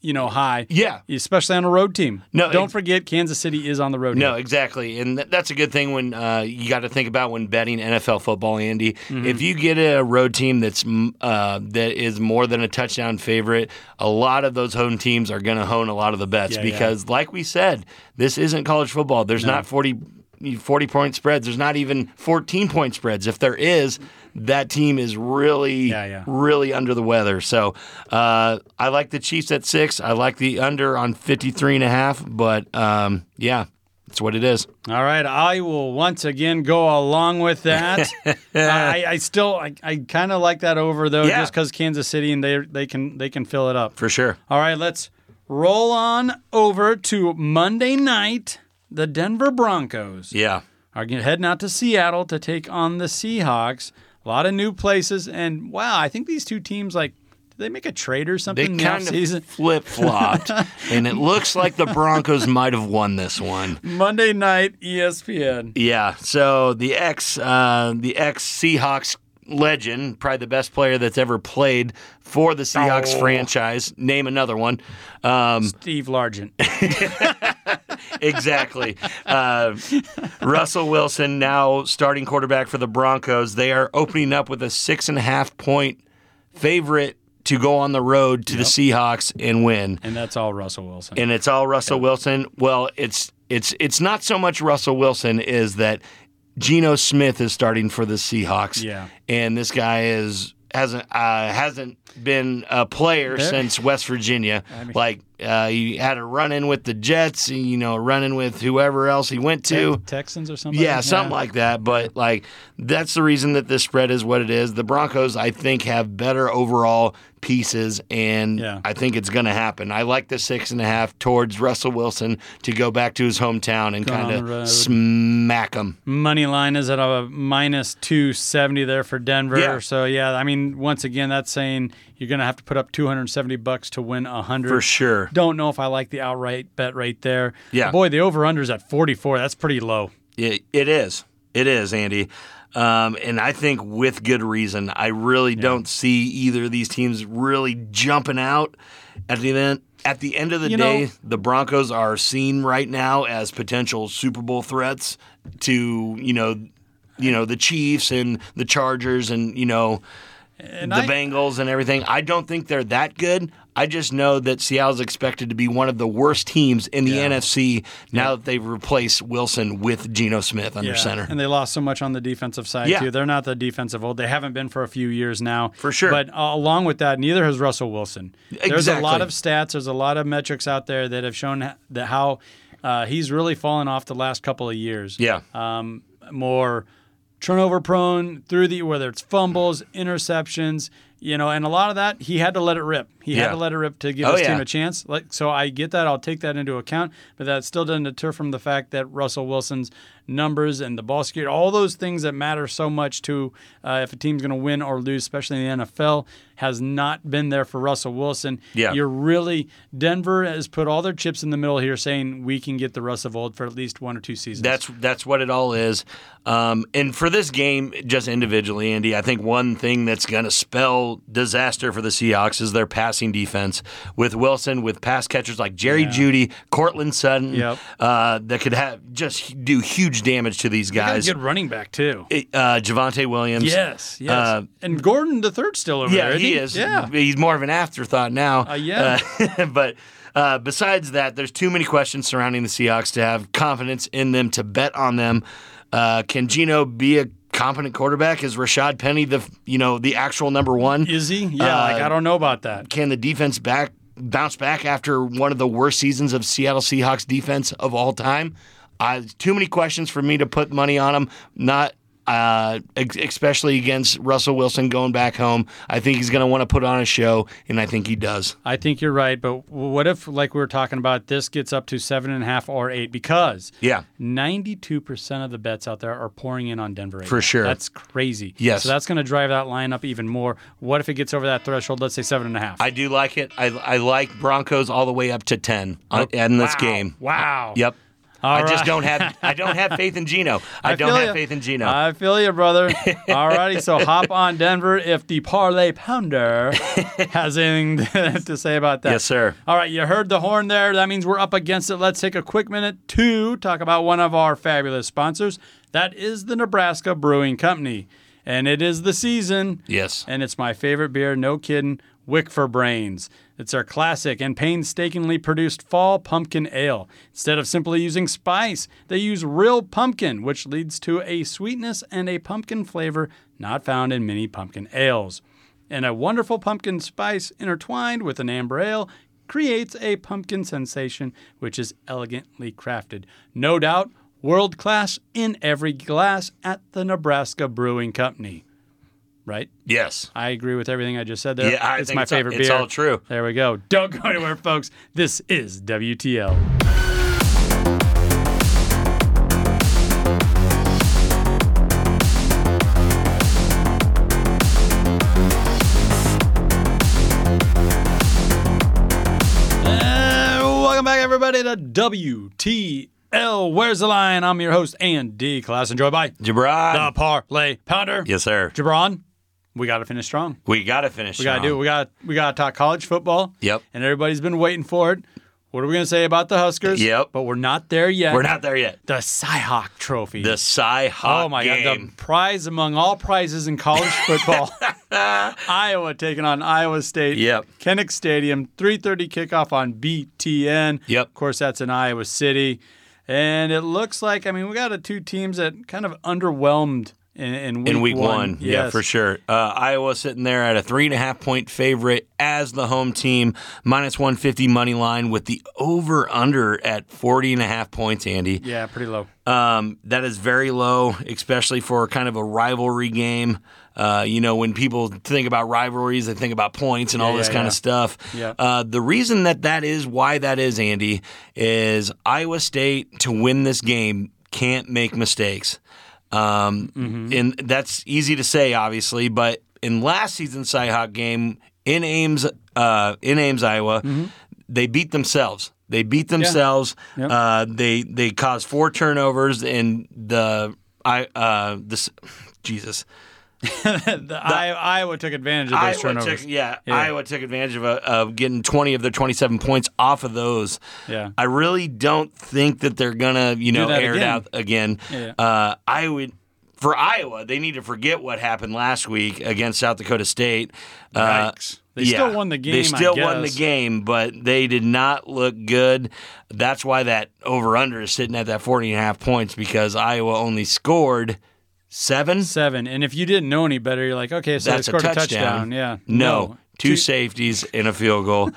Speaker 7: you know, high.
Speaker 6: Yeah.
Speaker 7: Especially on a road team.
Speaker 6: No,
Speaker 7: Don't
Speaker 6: ex-
Speaker 7: forget Kansas City is on the road.
Speaker 6: No,
Speaker 7: here.
Speaker 6: exactly, and th- that's a good thing when uh, you got to think about when betting NFL football, Andy.
Speaker 7: Mm-hmm.
Speaker 6: If you get a road team that's mm, uh, that is more than a touchdown favorite, a lot of those home teams are going to hone a lot of the bets
Speaker 7: Yeah, yeah.
Speaker 6: because, like we said, this isn't college football. There's not 40, 40 point spreads. There's not even fourteen point spreads. If there is, that team is really
Speaker 7: Yeah, yeah.
Speaker 6: really under the weather. So uh, I like the Chiefs at six. I like the under on 53 and a half, but um, yeah, that's what it is.
Speaker 7: All right, I will once again go along with that. I, I still I, I kind of like that over though,
Speaker 6: Yeah.
Speaker 7: just because Kansas City and they they can they can fill it up.
Speaker 6: For sure.
Speaker 7: All right, let's roll on over to Monday night. The Denver Broncos
Speaker 6: Yeah.
Speaker 7: are get- heading out to Seattle to take on the Seahawks. A lot of new places, and wow, I think these two teams like did they make a trade or
Speaker 6: They
Speaker 7: something in the
Speaker 6: kind
Speaker 7: offseason?
Speaker 6: of flip flopped, and it looks like the Broncos might have won this one.
Speaker 7: Monday night E ESPN.
Speaker 6: Yeah. So the ex, uh, the ex Seahawks legend, probably the best player that's ever played for the Seahawks franchise. Name another one. Um,
Speaker 7: Steve Largent.
Speaker 6: exactly. Uh, Russell Wilson, now starting quarterback for the Broncos, they are opening up with a six and a half point favorite to go on the road to the Seahawks and win.
Speaker 7: And that's all Russell Wilson.
Speaker 6: And it's all Russell Wilson. Well, it's it's it's not so much Russell Wilson is that Geno Smith is starting for the Seahawks.
Speaker 7: Yeah.
Speaker 6: and this guy is. Hasn't uh, hasn't been a player
Speaker 7: There-
Speaker 6: since West Virginia. like uh, he had a run in with the Jets, you know, run in with whoever else he went to.
Speaker 7: Texans or something?
Speaker 6: Yeah, something like that. But like that's the reason that this spread is what it is. The Broncos, I think, have better overall pieces, and
Speaker 7: Yeah.
Speaker 6: I think it's going to happen. I like the six and a half towards Russell Wilson to go back to his hometown and
Speaker 7: Going on
Speaker 6: kind
Speaker 7: the road.
Speaker 6: of smack him.
Speaker 7: Money line is at a minus 270 there for Denver.
Speaker 6: Yeah.
Speaker 7: So, yeah, I mean, once again, that's saying you're going to have to put up 270 bucks to win 100.
Speaker 6: For sure.
Speaker 7: Don't know if I like the outright bet right there.
Speaker 6: Yeah.
Speaker 7: Boy, the over under's at 44. That's pretty low.
Speaker 6: It, it is. It is, Andy. Um, and I think with good reason. I really don't see either of these teams really jumping out at the end. At the end of the
Speaker 7: You know-
Speaker 6: day, the Broncos are seen right now as potential Super Bowl threats to you know, you know the Chiefs and the Chargers and you know
Speaker 7: And
Speaker 6: the
Speaker 7: I-
Speaker 6: Bengals and everything. I don't think they're that good. I just know that Seattle's expected to be one of the worst teams in the NFC now that they've replaced Wilson with Geno Smith under
Speaker 7: Yeah,
Speaker 6: center.
Speaker 7: And they lost so much on the defensive side
Speaker 6: Yeah.
Speaker 7: too. They're not the defensive old. They haven't been for a few years now.
Speaker 6: For sure.
Speaker 7: But uh, along with that, neither has Russell Wilson. There's a lot
Speaker 6: Exactly.
Speaker 7: of stats. There's a lot of metrics out there that have shown h- that how uh, he's really fallen off the last couple of years.
Speaker 6: yeah.
Speaker 7: Um, more turnover prone through the whether it's fumbles, interceptions, you know, and a lot of that he had to let it rip. He had
Speaker 6: Yeah.
Speaker 7: to let it rip to give
Speaker 6: Oh,
Speaker 7: his
Speaker 6: yeah.
Speaker 7: team a chance. Like so I get that, I'll take that into account, but that still doesn't deter from the fact that Russell Wilson's numbers and the ball security, all those things that matter so much to uh, if a team's going to win or lose, especially in the NFL, has not been there for Russell Wilson.
Speaker 6: Yeah.
Speaker 7: You're really Denver has put all their chips in the middle here saying we can get the Russ of old for at least one or two seasons.
Speaker 6: That's that's what it all is. Um, and for this game, just individually, Andy, I think one thing that's going to spell disaster for the Seahawks is their passing defense with Wilson, with pass catchers like Jerry Judy, Cortland Sutton,
Speaker 7: Yep.
Speaker 6: uh, that could have just do huge damage to these
Speaker 7: Got a
Speaker 6: guys.
Speaker 7: good running back too.
Speaker 6: It- Uh, Javante Williams.
Speaker 7: Yes, yes.
Speaker 6: Uh,
Speaker 7: and Gordon the third's still over
Speaker 6: yeah,
Speaker 7: there. isn't
Speaker 6: he is.
Speaker 7: Yeah.
Speaker 6: he's more of an afterthought now.
Speaker 7: Uh, yeah.
Speaker 6: Uh, but uh, besides that, there's too many questions surrounding the Seahawks to have confidence in them to bet on them. Uh, can Gino be a competent quarterback? Is Rashad Penny the you know the actual number one?
Speaker 7: Is he? Yeah, like I don't know about that.
Speaker 6: can the defense back bounce back after one of the worst seasons of Seattle Seahawks defense of all time? Uh, too many questions for me to put money on them. Not. Uh, ex- especially against Russell Wilson going back home, I think he's going to want to put on a show, and I think he does.
Speaker 7: I think you're right, but what if, like we were talking about, this gets up to seven and a half or eight because
Speaker 6: Yeah,
Speaker 7: 92% of the bets out there are pouring in on Denver. right
Speaker 6: For
Speaker 7: now.
Speaker 6: sure.
Speaker 7: That's crazy.
Speaker 6: Yes.
Speaker 7: So that's going to drive that line up even more. What if it gets over that threshold? Let's say seven and a half.
Speaker 6: I do like it. I I like Broncos all the way up to ten on, in this
Speaker 7: Wow.
Speaker 6: game.
Speaker 7: Wow.
Speaker 6: Yep. I
Speaker 7: All
Speaker 6: just
Speaker 7: right.
Speaker 6: don't have I don't have faith in Gino. I, don't
Speaker 7: feel
Speaker 6: have
Speaker 7: ya.
Speaker 6: faith in Gino.
Speaker 7: I feel you, brother. Alrighty, so hop on Denver if the parlay pounder has anything to say about that.
Speaker 6: Yes, sir.
Speaker 7: All right, you heard the horn there. That means we're up against it. Let's take a quick minute to talk about one of our fabulous sponsors. That is the Nebraska Brewing Company, and it is the season.
Speaker 6: yes.
Speaker 7: And it's my favorite beer, no kidding, Wick for Brains. It's our classic and painstakingly produced fall pumpkin ale. Instead of simply using spice, they use real pumpkin, which leads to a sweetness and a pumpkin flavor not found in many pumpkin ales. And a wonderful pumpkin spice intertwined with an amber ale creates a pumpkin sensation which is elegantly crafted. No doubt, world class in every glass at the Nebraska Brewing Company. Right?
Speaker 6: Yes.
Speaker 7: I agree with everything I just said there.
Speaker 6: Yeah, I
Speaker 7: it's
Speaker 6: think
Speaker 7: my
Speaker 6: it's all-
Speaker 7: favorite
Speaker 6: it's
Speaker 7: beer.
Speaker 6: all true.
Speaker 7: There we go. Don't go anywhere, folks. This is WTL. And welcome back, everybody, to WTL. Where's the line? I'm your host, Andy Class, and joined by the
Speaker 6: Jabron.
Speaker 7: Parlay Pounder.
Speaker 6: yes, sir.
Speaker 7: Jabron, we got to finish strong.
Speaker 6: We gotta finish.
Speaker 7: We gotta do. it. We got we gotta talk college football.
Speaker 6: Yep.
Speaker 7: And everybody's been waiting for it. What are we gonna say about the Huskers?
Speaker 6: Yep.
Speaker 7: But we're not there yet.
Speaker 6: We're not there yet.
Speaker 7: The Cyhawk Trophy.
Speaker 6: The Cy Hawk
Speaker 7: oh my god, the
Speaker 6: game.
Speaker 7: prize among all prizes in college football. Iowa taking on Iowa State.
Speaker 6: Yep.
Speaker 7: Kinnick Stadium, 3:30 kickoff on BTN.
Speaker 6: Yep.
Speaker 7: Of course, that's in Iowa City, and it looks like I mean we got a two teams that kind of underwhelmed in, in week
Speaker 6: in week one, yeah,
Speaker 7: Yes.
Speaker 6: for sure. Uh, Iowa sitting there at a three and a half point favorite as the home team, minus 150 money line with the over under at 40 and a half points, Andy.
Speaker 7: Yeah, pretty low.
Speaker 6: Um, that is very low, especially for kind of a rivalry game. Uh, you know, when people think about rivalries, they think about points and all
Speaker 7: Yeah,
Speaker 6: this
Speaker 7: yeah,
Speaker 6: kind
Speaker 7: yeah.
Speaker 6: of stuff.
Speaker 7: Yeah.
Speaker 6: Uh, the reason that that is why that is, Andy, is Iowa State to win this game can't make mistakes. Um,
Speaker 7: Mm-hmm.
Speaker 6: And that's easy to say, obviously, but in last season's Cyhawk game in Ames, uh, in Ames, Iowa,
Speaker 7: Mm-hmm.
Speaker 6: they beat themselves. They beat themselves.
Speaker 7: Yep.
Speaker 6: Uh, they they caused four turnovers, and the I uh, this Jesus.
Speaker 7: The, I, Iowa took advantage of those
Speaker 6: Iowa
Speaker 7: turnovers.
Speaker 6: took, yeah,
Speaker 7: Yeah.
Speaker 6: Iowa took advantage of, uh, of getting 20 of their 27 points off of those.
Speaker 7: Yeah.
Speaker 6: I really don't think that they're gonna, you know,
Speaker 7: that
Speaker 6: air it
Speaker 7: again.
Speaker 6: out again.
Speaker 7: Yeah.
Speaker 6: Uh, I would for Iowa, they need to forget what happened last week against South Dakota State. Uh,
Speaker 7: Yikes. They still won the game, I
Speaker 6: They still won the
Speaker 7: guess.
Speaker 6: game, but they did not look good. That's why that over under is sitting at that 40 and a half points because Iowa only scored seven.
Speaker 7: Seven. And if you didn't know any better, you're like, okay, so
Speaker 6: That's
Speaker 7: they
Speaker 6: a
Speaker 7: scored
Speaker 6: touchdown.
Speaker 7: a touchdown. Yeah.
Speaker 6: No, two, safeties and a field goal.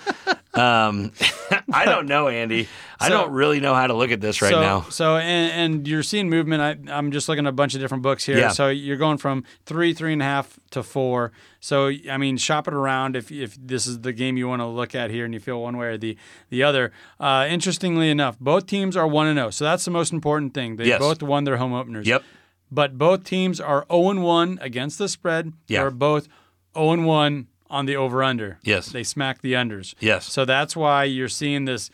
Speaker 6: um, I don't know, Andy. I
Speaker 7: So-
Speaker 6: don't really know how to look at this right
Speaker 7: so,
Speaker 6: now.
Speaker 7: So and, and you're seeing movement. I, I'm just looking at a bunch of different books here.
Speaker 6: Yeah.
Speaker 7: So you're going from three, three and a half to four. So I mean, shop it around if if this is the game you want to look at here and you feel one way or the the other. Uh, interestingly enough, both teams are one and zero. So that's the most important thing. They
Speaker 6: Yes.
Speaker 7: both won their home openers.
Speaker 6: Yep.
Speaker 7: But both teams are 0 and 1 against the spread.
Speaker 6: Yeah.
Speaker 7: They're both 0 and 1 on the over under.
Speaker 6: Yes.
Speaker 7: They smack the unders.
Speaker 6: Yes.
Speaker 7: So that's why you're seeing this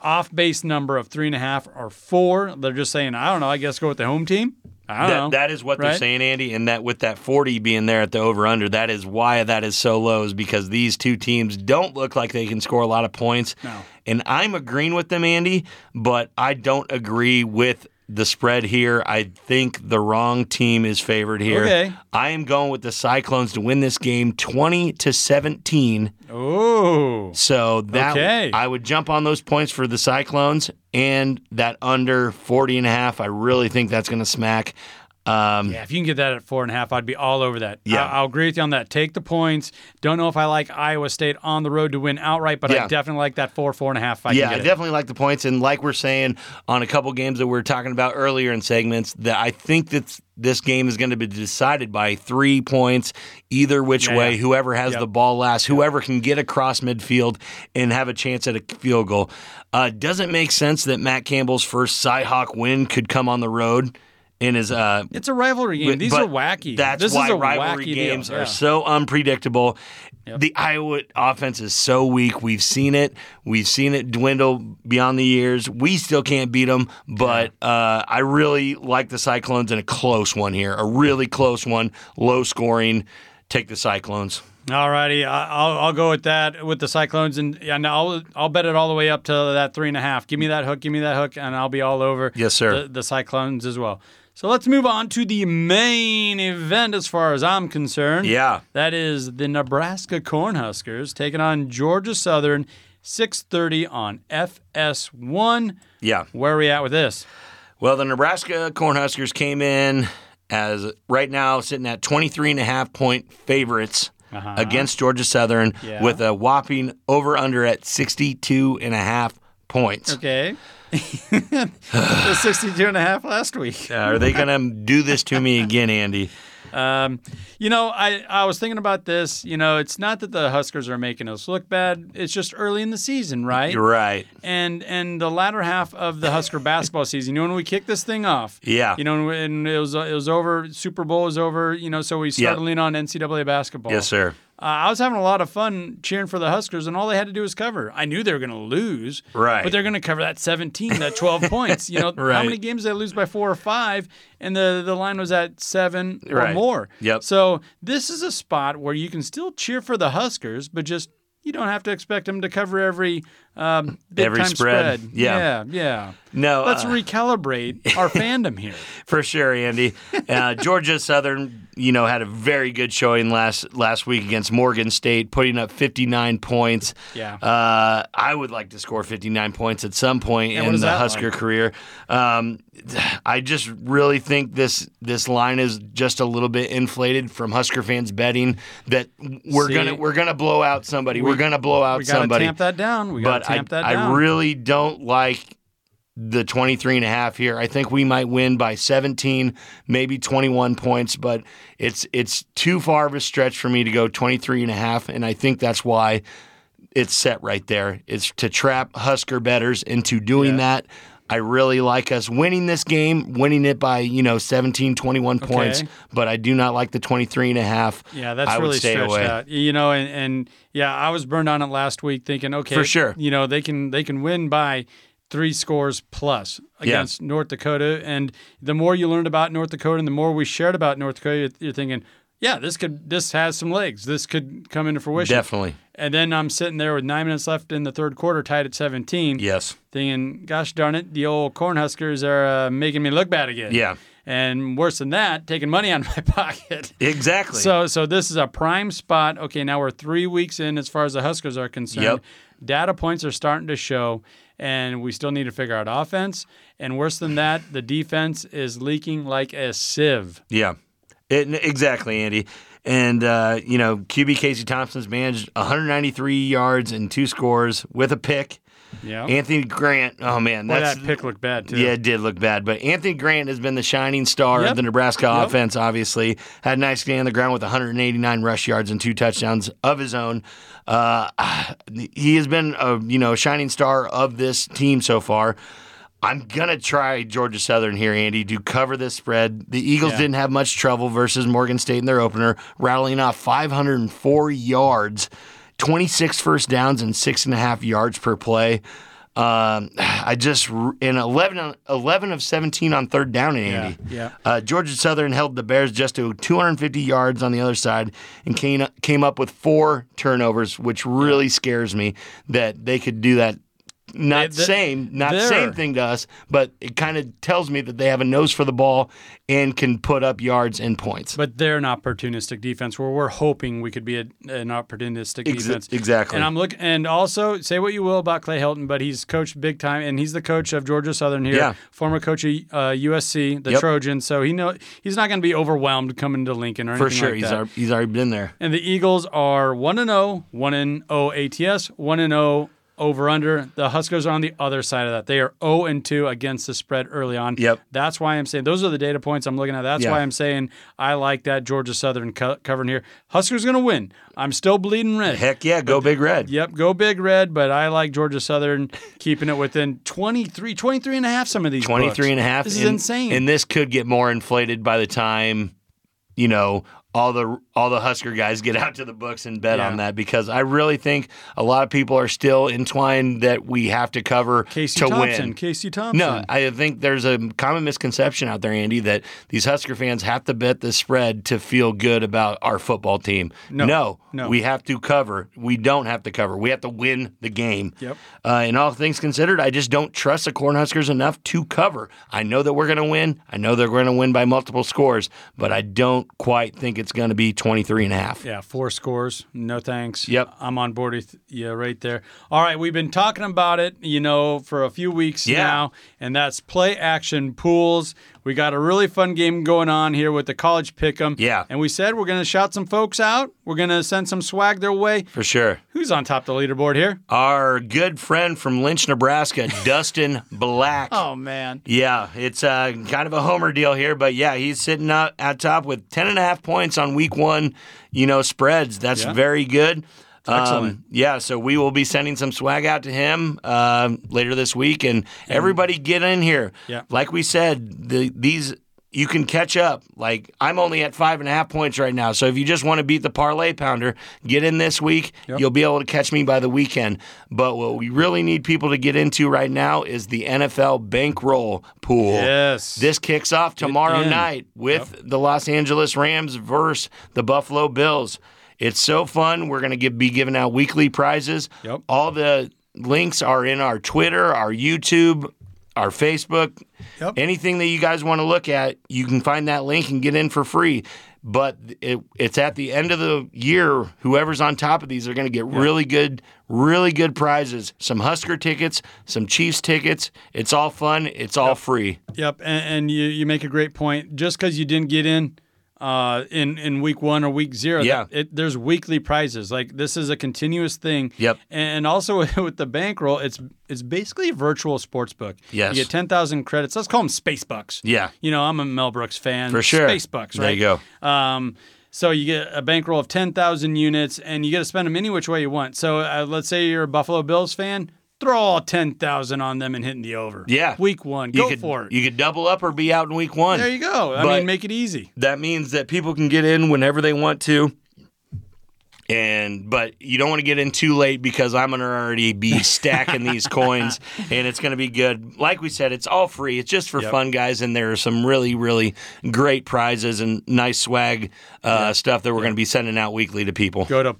Speaker 7: off base number of three and a half or four. They're just saying, I don't know, I guess go with the home team. I don't
Speaker 6: That-
Speaker 7: know.
Speaker 6: that is what they're
Speaker 7: right?
Speaker 6: saying, Andy, and that with that 40 being there at the over under, that is why that is so low, is because these two teams don't look like they can score a lot of points.
Speaker 7: No.
Speaker 6: And I'm agreeing with them, Andy, but I don't agree with the spread here. I think the wrong team is favored here.
Speaker 7: Okay.
Speaker 6: I am going with the Cyclones to win this game 20 to 17.
Speaker 7: Oh.
Speaker 6: So that
Speaker 7: Okay.
Speaker 6: I would jump on those points for the Cyclones and that under 40 and a half. I really think that's going to smack. Um,
Speaker 7: Yeah, if you can get that at four and a half, I'd be all over that.
Speaker 6: Yeah.
Speaker 7: I- will agree with you on that. Take the points. Don't know if I like Iowa State on the road to win outright, but
Speaker 6: Yeah.
Speaker 7: I definitely like that four, four and a half. If I
Speaker 6: yeah,
Speaker 7: can
Speaker 6: I
Speaker 7: get it.
Speaker 6: definitely like the points, and like we're saying on a couple games that we were talking about earlier in segments, that I think that this game is going to be decided by three points, either which
Speaker 7: Yeah,
Speaker 6: way.
Speaker 7: yeah.
Speaker 6: Whoever has
Speaker 7: Yep.
Speaker 6: the ball last, whoever can get across midfield and have a chance at a field goal. Uh, doesn't make sense that Matt Campbell's first Cyhawk win could come on the road and is uh,
Speaker 7: It's a rivalry game. These
Speaker 6: but
Speaker 7: are wacky.
Speaker 6: That's
Speaker 7: this
Speaker 6: why
Speaker 7: is a
Speaker 6: rivalry
Speaker 7: wacky
Speaker 6: games
Speaker 7: deal.
Speaker 6: are
Speaker 7: Yeah.
Speaker 6: so unpredictable. The Iowa offense is so weak. We've seen it. We've seen it dwindle beyond the years. We still can't beat them, but uh, I really like the Cyclones in a close one here, a really close one, low scoring. Take the Cyclones.
Speaker 7: All righty, I- I'll, I'll go with that with the Cyclones, and, and I'll I'll bet it all the way up to that three and a half. Give me that hook, give me that hook, and I'll be all over.
Speaker 6: Yes, sir.
Speaker 7: The, the Cyclones as well. So let's move on to the main event, as far as I'm concerned.
Speaker 6: Yeah.
Speaker 7: that is the Nebraska Cornhuskers taking on Georgia Southern, 6:30 on FS1.
Speaker 6: Yeah.
Speaker 7: Where are we at with this?
Speaker 6: Well, the Nebraska Cornhuskers came in as right now sitting at 23 and a half point favorites against Georgia Southern
Speaker 7: Uh-huh. Yeah.
Speaker 6: with a whopping over under at 62 and a half points.
Speaker 7: Okay, It was 62 and a half last week.
Speaker 6: Uh, are they going to do this to me again, Andy?
Speaker 7: Um, you know, I, I was thinking about this. You know, it's not that the Huskers are making us look bad. It's just early in the season, right?
Speaker 6: You're right.
Speaker 7: And and the latter half of the Husker basketball season, you know, when we kicked this thing off,
Speaker 6: Yeah.
Speaker 7: you know, and it was it was over. Super Bowl was over, you know, so we started
Speaker 6: Yeah.
Speaker 7: leaning on NCAA basketball.
Speaker 6: Yes, sir.
Speaker 7: Uh, I was having a lot of fun cheering for the Huskers, and all they had to do was cover. I knew they were going to lose,
Speaker 6: Right.
Speaker 7: But they're going to cover that 17, that 12 points. You know,
Speaker 6: Right.
Speaker 7: how many games they lose by four or five, and the the line was at seven
Speaker 6: Right.
Speaker 7: or more.
Speaker 6: Yep.
Speaker 7: So this is a spot where you can still cheer for the Huskers, but just you don't have to expect them to cover every um, big
Speaker 6: Every
Speaker 7: time
Speaker 6: spread.
Speaker 7: spread.
Speaker 6: Yeah.
Speaker 7: yeah, yeah.
Speaker 6: No,
Speaker 7: Let's
Speaker 6: uh,
Speaker 7: recalibrate our fandom here.
Speaker 6: for sure, Andy. Uh, Georgia Southern, you know, had a very good showing last last week against Morgan State, putting up 59 points.
Speaker 7: Yeah.
Speaker 6: Uh, I would like to score 59 points at some point
Speaker 7: what
Speaker 6: in
Speaker 7: is
Speaker 6: the
Speaker 7: that
Speaker 6: Husker career. Um, I just really think this this line is just a little bit inflated from Husker fans betting that we're
Speaker 7: See?
Speaker 6: gonna we're gonna blow out somebody. We, are gonna blow out
Speaker 7: We got to
Speaker 6: somebody.
Speaker 7: tamp that down. We got
Speaker 6: but
Speaker 7: to tamp
Speaker 6: I,
Speaker 7: that down.
Speaker 6: I really don't like the 23 and a half here. I think we might win by 17, maybe 21 points, but it's it's too far of a stretch for me to go 23 and a half and I think that's why it's set right there. It's to trap Husker betters into doing that. I really like us winning this game, winning it by, you know, 17, 21 points,
Speaker 7: Okay.
Speaker 6: but I do not like the 23 and a half.
Speaker 7: Yeah, that's
Speaker 6: I would
Speaker 7: really
Speaker 6: stay
Speaker 7: stretched
Speaker 6: away.
Speaker 7: out. You know, and, and yeah, I was burned on it last week, thinking, okay,
Speaker 6: For sure.
Speaker 7: you know, they can they can win by three scores plus
Speaker 6: Yeah.
Speaker 7: against North Dakota. And the more you learned about North Dakota and the more we shared about North Dakota, you're, you're thinking, yeah, this could this has some legs. This could come into fruition.
Speaker 6: Definitely.
Speaker 7: And then I'm sitting there with nine minutes left in the third quarter, tied at 17.
Speaker 6: Yes.
Speaker 7: Thinking, gosh darn it, the old Cornhuskers are uh, making me look bad again.
Speaker 6: Yeah.
Speaker 7: And worse than that, taking money out of my pocket.
Speaker 6: Exactly.
Speaker 7: So, so this is a prime spot. Okay, now we're three weeks in as far as the Huskers are concerned.
Speaker 6: Yep.
Speaker 7: Data points are starting to show, and we still need to figure out offense. And worse than that, the defense is leaking like a sieve.
Speaker 6: Yeah, it, exactly, Andy. And uh, you know, QB Casey Thompson's managed 193 yards and two scores with a pick.
Speaker 7: Yeah.
Speaker 6: Anthony Grant, oh man,
Speaker 7: Boy,
Speaker 6: that's
Speaker 7: that pick looked bad too.
Speaker 6: yeah, it did look bad. But Anthony Grant has been the shining star of
Speaker 7: Yep.
Speaker 6: the Nebraska
Speaker 7: Yep.
Speaker 6: offense. Obviously, had a nice game on the ground with 189 rush yards and two touchdowns of his own. Uh, he has been a you know shining star of this team so far. I'm gonna try Georgia Southern here, Andy, to cover this spread. The Eagles
Speaker 7: Yeah.
Speaker 6: didn't have much trouble versus Morgan State in their opener, rattling off 504 yards, 26 first downs, and six and a half yards per play. Um, I just in 11, on- 11 of 17 on third down, Andy.
Speaker 7: yeah.
Speaker 6: Uh, Georgia Southern held the Bears just to 250 yards on the other side and came, came up with four turnovers, which really scares me that they could do that. Not
Speaker 7: They- they-
Speaker 6: same, not
Speaker 7: they're-
Speaker 6: same thing to us, but it kind of tells me that they have a nose for the ball and can put up yards and points.
Speaker 7: But they're an opportunistic defense where we're hoping we could be a, an opportunistic
Speaker 6: Ex-
Speaker 7: defense.
Speaker 6: exactly.
Speaker 7: And I'm looking, and also say what you will about Clay Helton, but he's coached big time, and he's the coach of Georgia Southern here,
Speaker 6: Yeah.
Speaker 7: former coach of uh, USC, the
Speaker 6: Yep.
Speaker 7: Trojans. So he know he's not going to be overwhelmed coming to Lincoln or
Speaker 6: for
Speaker 7: anything
Speaker 6: sure,
Speaker 7: like
Speaker 6: he's
Speaker 7: that.
Speaker 6: al- he's already been there.
Speaker 7: and the Eagles are one and 0, 1 and 0 ATS, one and 0 over under. The Huskers are on the other side of that. They are 0 and 2 against the spread early on.
Speaker 6: Yep.
Speaker 7: That's why I'm saying those are the data points I'm looking at. That's
Speaker 6: Yeah.
Speaker 7: why I'm saying I like that Georgia Southern co- covering here. Huskers going to win. I'm still bleeding red.
Speaker 6: Heck yeah, go big red.
Speaker 7: Yep, go big red, but I like Georgia Southern keeping it within 23, 23 and a half some of these
Speaker 6: 23
Speaker 7: books.
Speaker 6: and a half.
Speaker 7: This is
Speaker 6: and-
Speaker 7: insane.
Speaker 6: And this could get more inflated by the time, you know, all the all the Husker guys get out to the books and bet
Speaker 7: Yeah.
Speaker 6: on that because I really think a lot of people are still entwined that we have to cover
Speaker 7: Casey
Speaker 6: to
Speaker 7: Thompson,
Speaker 6: win.
Speaker 7: Casey Thompson.
Speaker 6: No, I think there's a common misconception out there, Andy, that these Husker fans have to bet the spread to feel good about our football team.
Speaker 7: No,
Speaker 6: no,
Speaker 7: no.
Speaker 6: we have to cover. We don't have to cover. We have to win the game.
Speaker 7: Yep.
Speaker 6: Uh, and all things considered, I just don't trust the Cornhuskers enough to cover. I know that we're going to win. I know they're going to win by multiple scores, but I don't quite think it's going to be 23 and a half.
Speaker 7: Yeah, four scores. No thanks.
Speaker 6: Yep.
Speaker 7: I'm on board with you right there. All right, we've been talking about it, you know, for a few weeks
Speaker 6: Yeah.
Speaker 7: now, and that's play action pools. We got a really fun game going on here with the college pick'em.
Speaker 6: Yeah.
Speaker 7: And we said we're going to shout some folks out. We're going to send some swag their way.
Speaker 6: For sure.
Speaker 7: Who's on top of the leaderboard here?
Speaker 6: Our good friend from Lynch, Nebraska, Dustin Black.
Speaker 7: Oh man.
Speaker 6: Yeah, it's uh, kind of a homer deal here, but yeah, he's sitting out at top with 10 and a half points on week one, you know, spreads. That's
Speaker 7: Yeah.
Speaker 6: very good. Um,
Speaker 7: Excellent.
Speaker 6: yeah, so we will be sending some swag out to him um later this week, and everybody get in here.
Speaker 7: Yeah.
Speaker 6: Like we said, the, these. You can catch up. Like, I'm only at five and a half points right now. So, if you just want to beat the parlay pounder, get in this week. You'll be able to catch me by the weekend. But what we really need people to get into right now is the NFL bankroll pool.
Speaker 7: Yes.
Speaker 6: This kicks off tomorrow
Speaker 7: in.
Speaker 6: night with the Los Angeles Rams versus the Buffalo Bills. It's so fun. We're going to give, be giving out weekly prizes.
Speaker 7: Yep.
Speaker 6: All the links are in our Twitter, our YouTube, our Facebook.
Speaker 7: Yep.
Speaker 6: Anything that you guys want to look at, you can find that link and get in for free. But it, it's at the end of the year. Whoever's on top of these are going to get really good, really good prizes. Some Husker tickets, some Chiefs tickets. It's all fun. It's all free.
Speaker 7: Yep, and, and you, you make a great point. Just because you didn't get in uh, in in week one or week zero,
Speaker 6: Yeah.
Speaker 7: that- it, there's weekly prizes. Like this is a continuous thing.
Speaker 6: Yep.
Speaker 7: And also with the bankroll, it's it's basically a virtual sports book.
Speaker 6: Yes.
Speaker 7: You get ten thousand credits. Let's call them space bucks.
Speaker 6: Yeah.
Speaker 7: You know, I'm a Mel Brooks fan.
Speaker 6: For sure.
Speaker 7: Space bucks.
Speaker 6: There
Speaker 7: Right.
Speaker 6: you go.
Speaker 7: Um, so you get a bankroll of 10,000 units and you get to spend them any which way you want. So uh, let's say you're a Buffalo Bills fan, throw all 10,000 on them and hitting the over.
Speaker 6: Yeah.
Speaker 7: Week one,
Speaker 6: You
Speaker 7: go
Speaker 6: could,
Speaker 7: for it.
Speaker 6: You could double up or be out in week one.
Speaker 7: there you go. I
Speaker 6: But-
Speaker 7: mean, make it easy.
Speaker 6: That means that people can get in whenever they want to. And but you don't want to get in too late because I'm gonna already be stacking these coins and it's gonna be good. Like we said, it's all free. It's just for fun, guys. And there are some really, really great prizes and nice swag uh, stuff that we're gonna be sending out weekly to people.
Speaker 7: Go to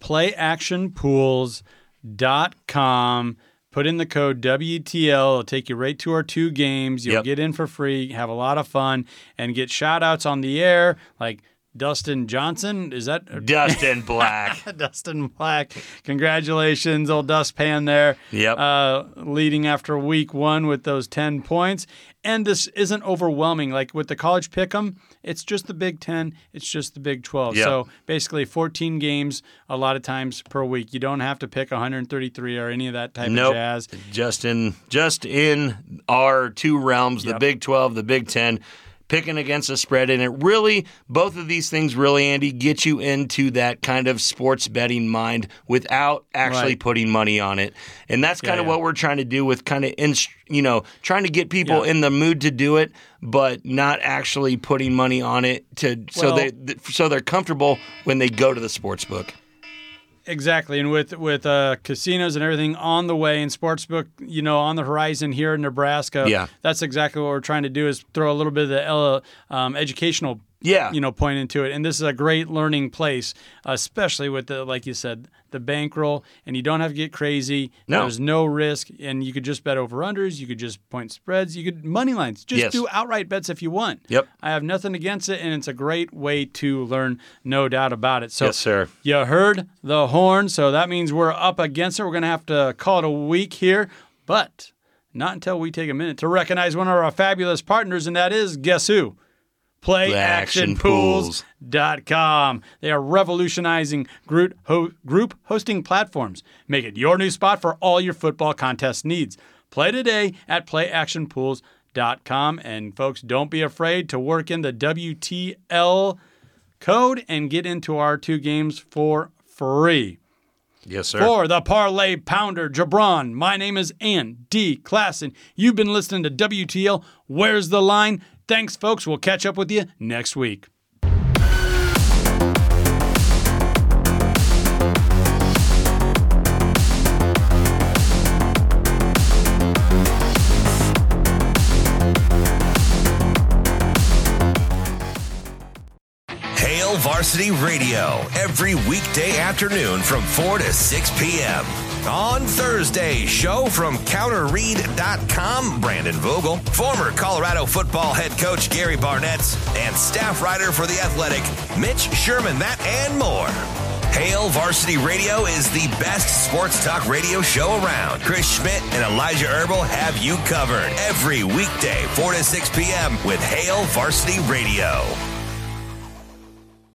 Speaker 7: playactionpools.com. Put in the code WTL. It'll take you right to our two games. You'll
Speaker 6: Yep.
Speaker 7: get in for free, have a lot of fun, and get shout outs on the air like Dustin Johnson. Is that
Speaker 6: Dustin Black.
Speaker 7: Dustin Black? Congratulations, old dustpan there.
Speaker 6: Yep.
Speaker 7: Uh, leading after week one with those 10 points. And this isn't overwhelming. Like with the college pick 'em, it's just the Big 10, it's just the Big 12.
Speaker 6: Yep.
Speaker 7: So basically 14 games a lot of times per week. You don't have to pick 133 or any of that type
Speaker 6: Nope.
Speaker 7: of jazz.
Speaker 6: just in just in our two realms, the Big 12, the Big 10, picking against the spread and it really both of these things really Andy get you into that kind of sports betting mind without actually
Speaker 7: Right.
Speaker 6: putting money on it. And that's kind of
Speaker 7: yeah.
Speaker 6: what we're trying to do with kind of inst- you know, trying to get people
Speaker 7: Yeah.
Speaker 6: in the mood to do it but not actually putting money on it to so
Speaker 7: Well-
Speaker 6: they th- so they're comfortable when they go to the sports book.
Speaker 7: Exactly, and with with uh, casinos and everything on the way and sportsbook, you know, on the horizon here in Nebraska.
Speaker 6: Yeah.
Speaker 7: that's exactly what we're trying to do is throw a little bit of the ele- um, educational,
Speaker 6: Yeah.
Speaker 7: you know, point into it. And this is a great learning place, especially with the like you said, the bankroll, and you don't have to get crazy.
Speaker 6: No.
Speaker 7: There's no risk, and you could just bet over unders, you could just point spreads, you could money lines, just
Speaker 6: Yes.
Speaker 7: do outright bets if you want.
Speaker 6: Yep.
Speaker 7: I have nothing against it, and it's a great way to learn, no doubt about it. So
Speaker 6: Yes, sir.
Speaker 7: you heard the horn, so that means we're up against it. We're going to have to call it a week here, but not until we take a minute to recognize one of our fabulous partners, and that is guess who? PlayActionPools.com. They are revolutionizing group, ho- group hosting platforms. Make it your new spot for all your football contest needs. Play today at PlayActionPools.com. And folks, don't be afraid to work in the WTL code and get into our two games for free.
Speaker 6: Yes, sir.
Speaker 7: For the Parlay Pounder, Jabron, my name is Ann D. Klassen. You've been listening to WTL. Where's the line? Thanks, folks. We'll catch up with you next week.
Speaker 1: Hail Varsity Radio every weekday afternoon from 4 to 6 p.m. On Thursday, show from counterread.com, Brandon Vogel, former Colorado football head coach Gary Barnett, and staff writer for The Athletic, Mitch Sherman, that and more. Hail Varsity Radio is the best sports talk radio show around. Chris Schmidt and Elijah Herbal have you covered every weekday, 4 to 6 p.m. with Hail Varsity Radio.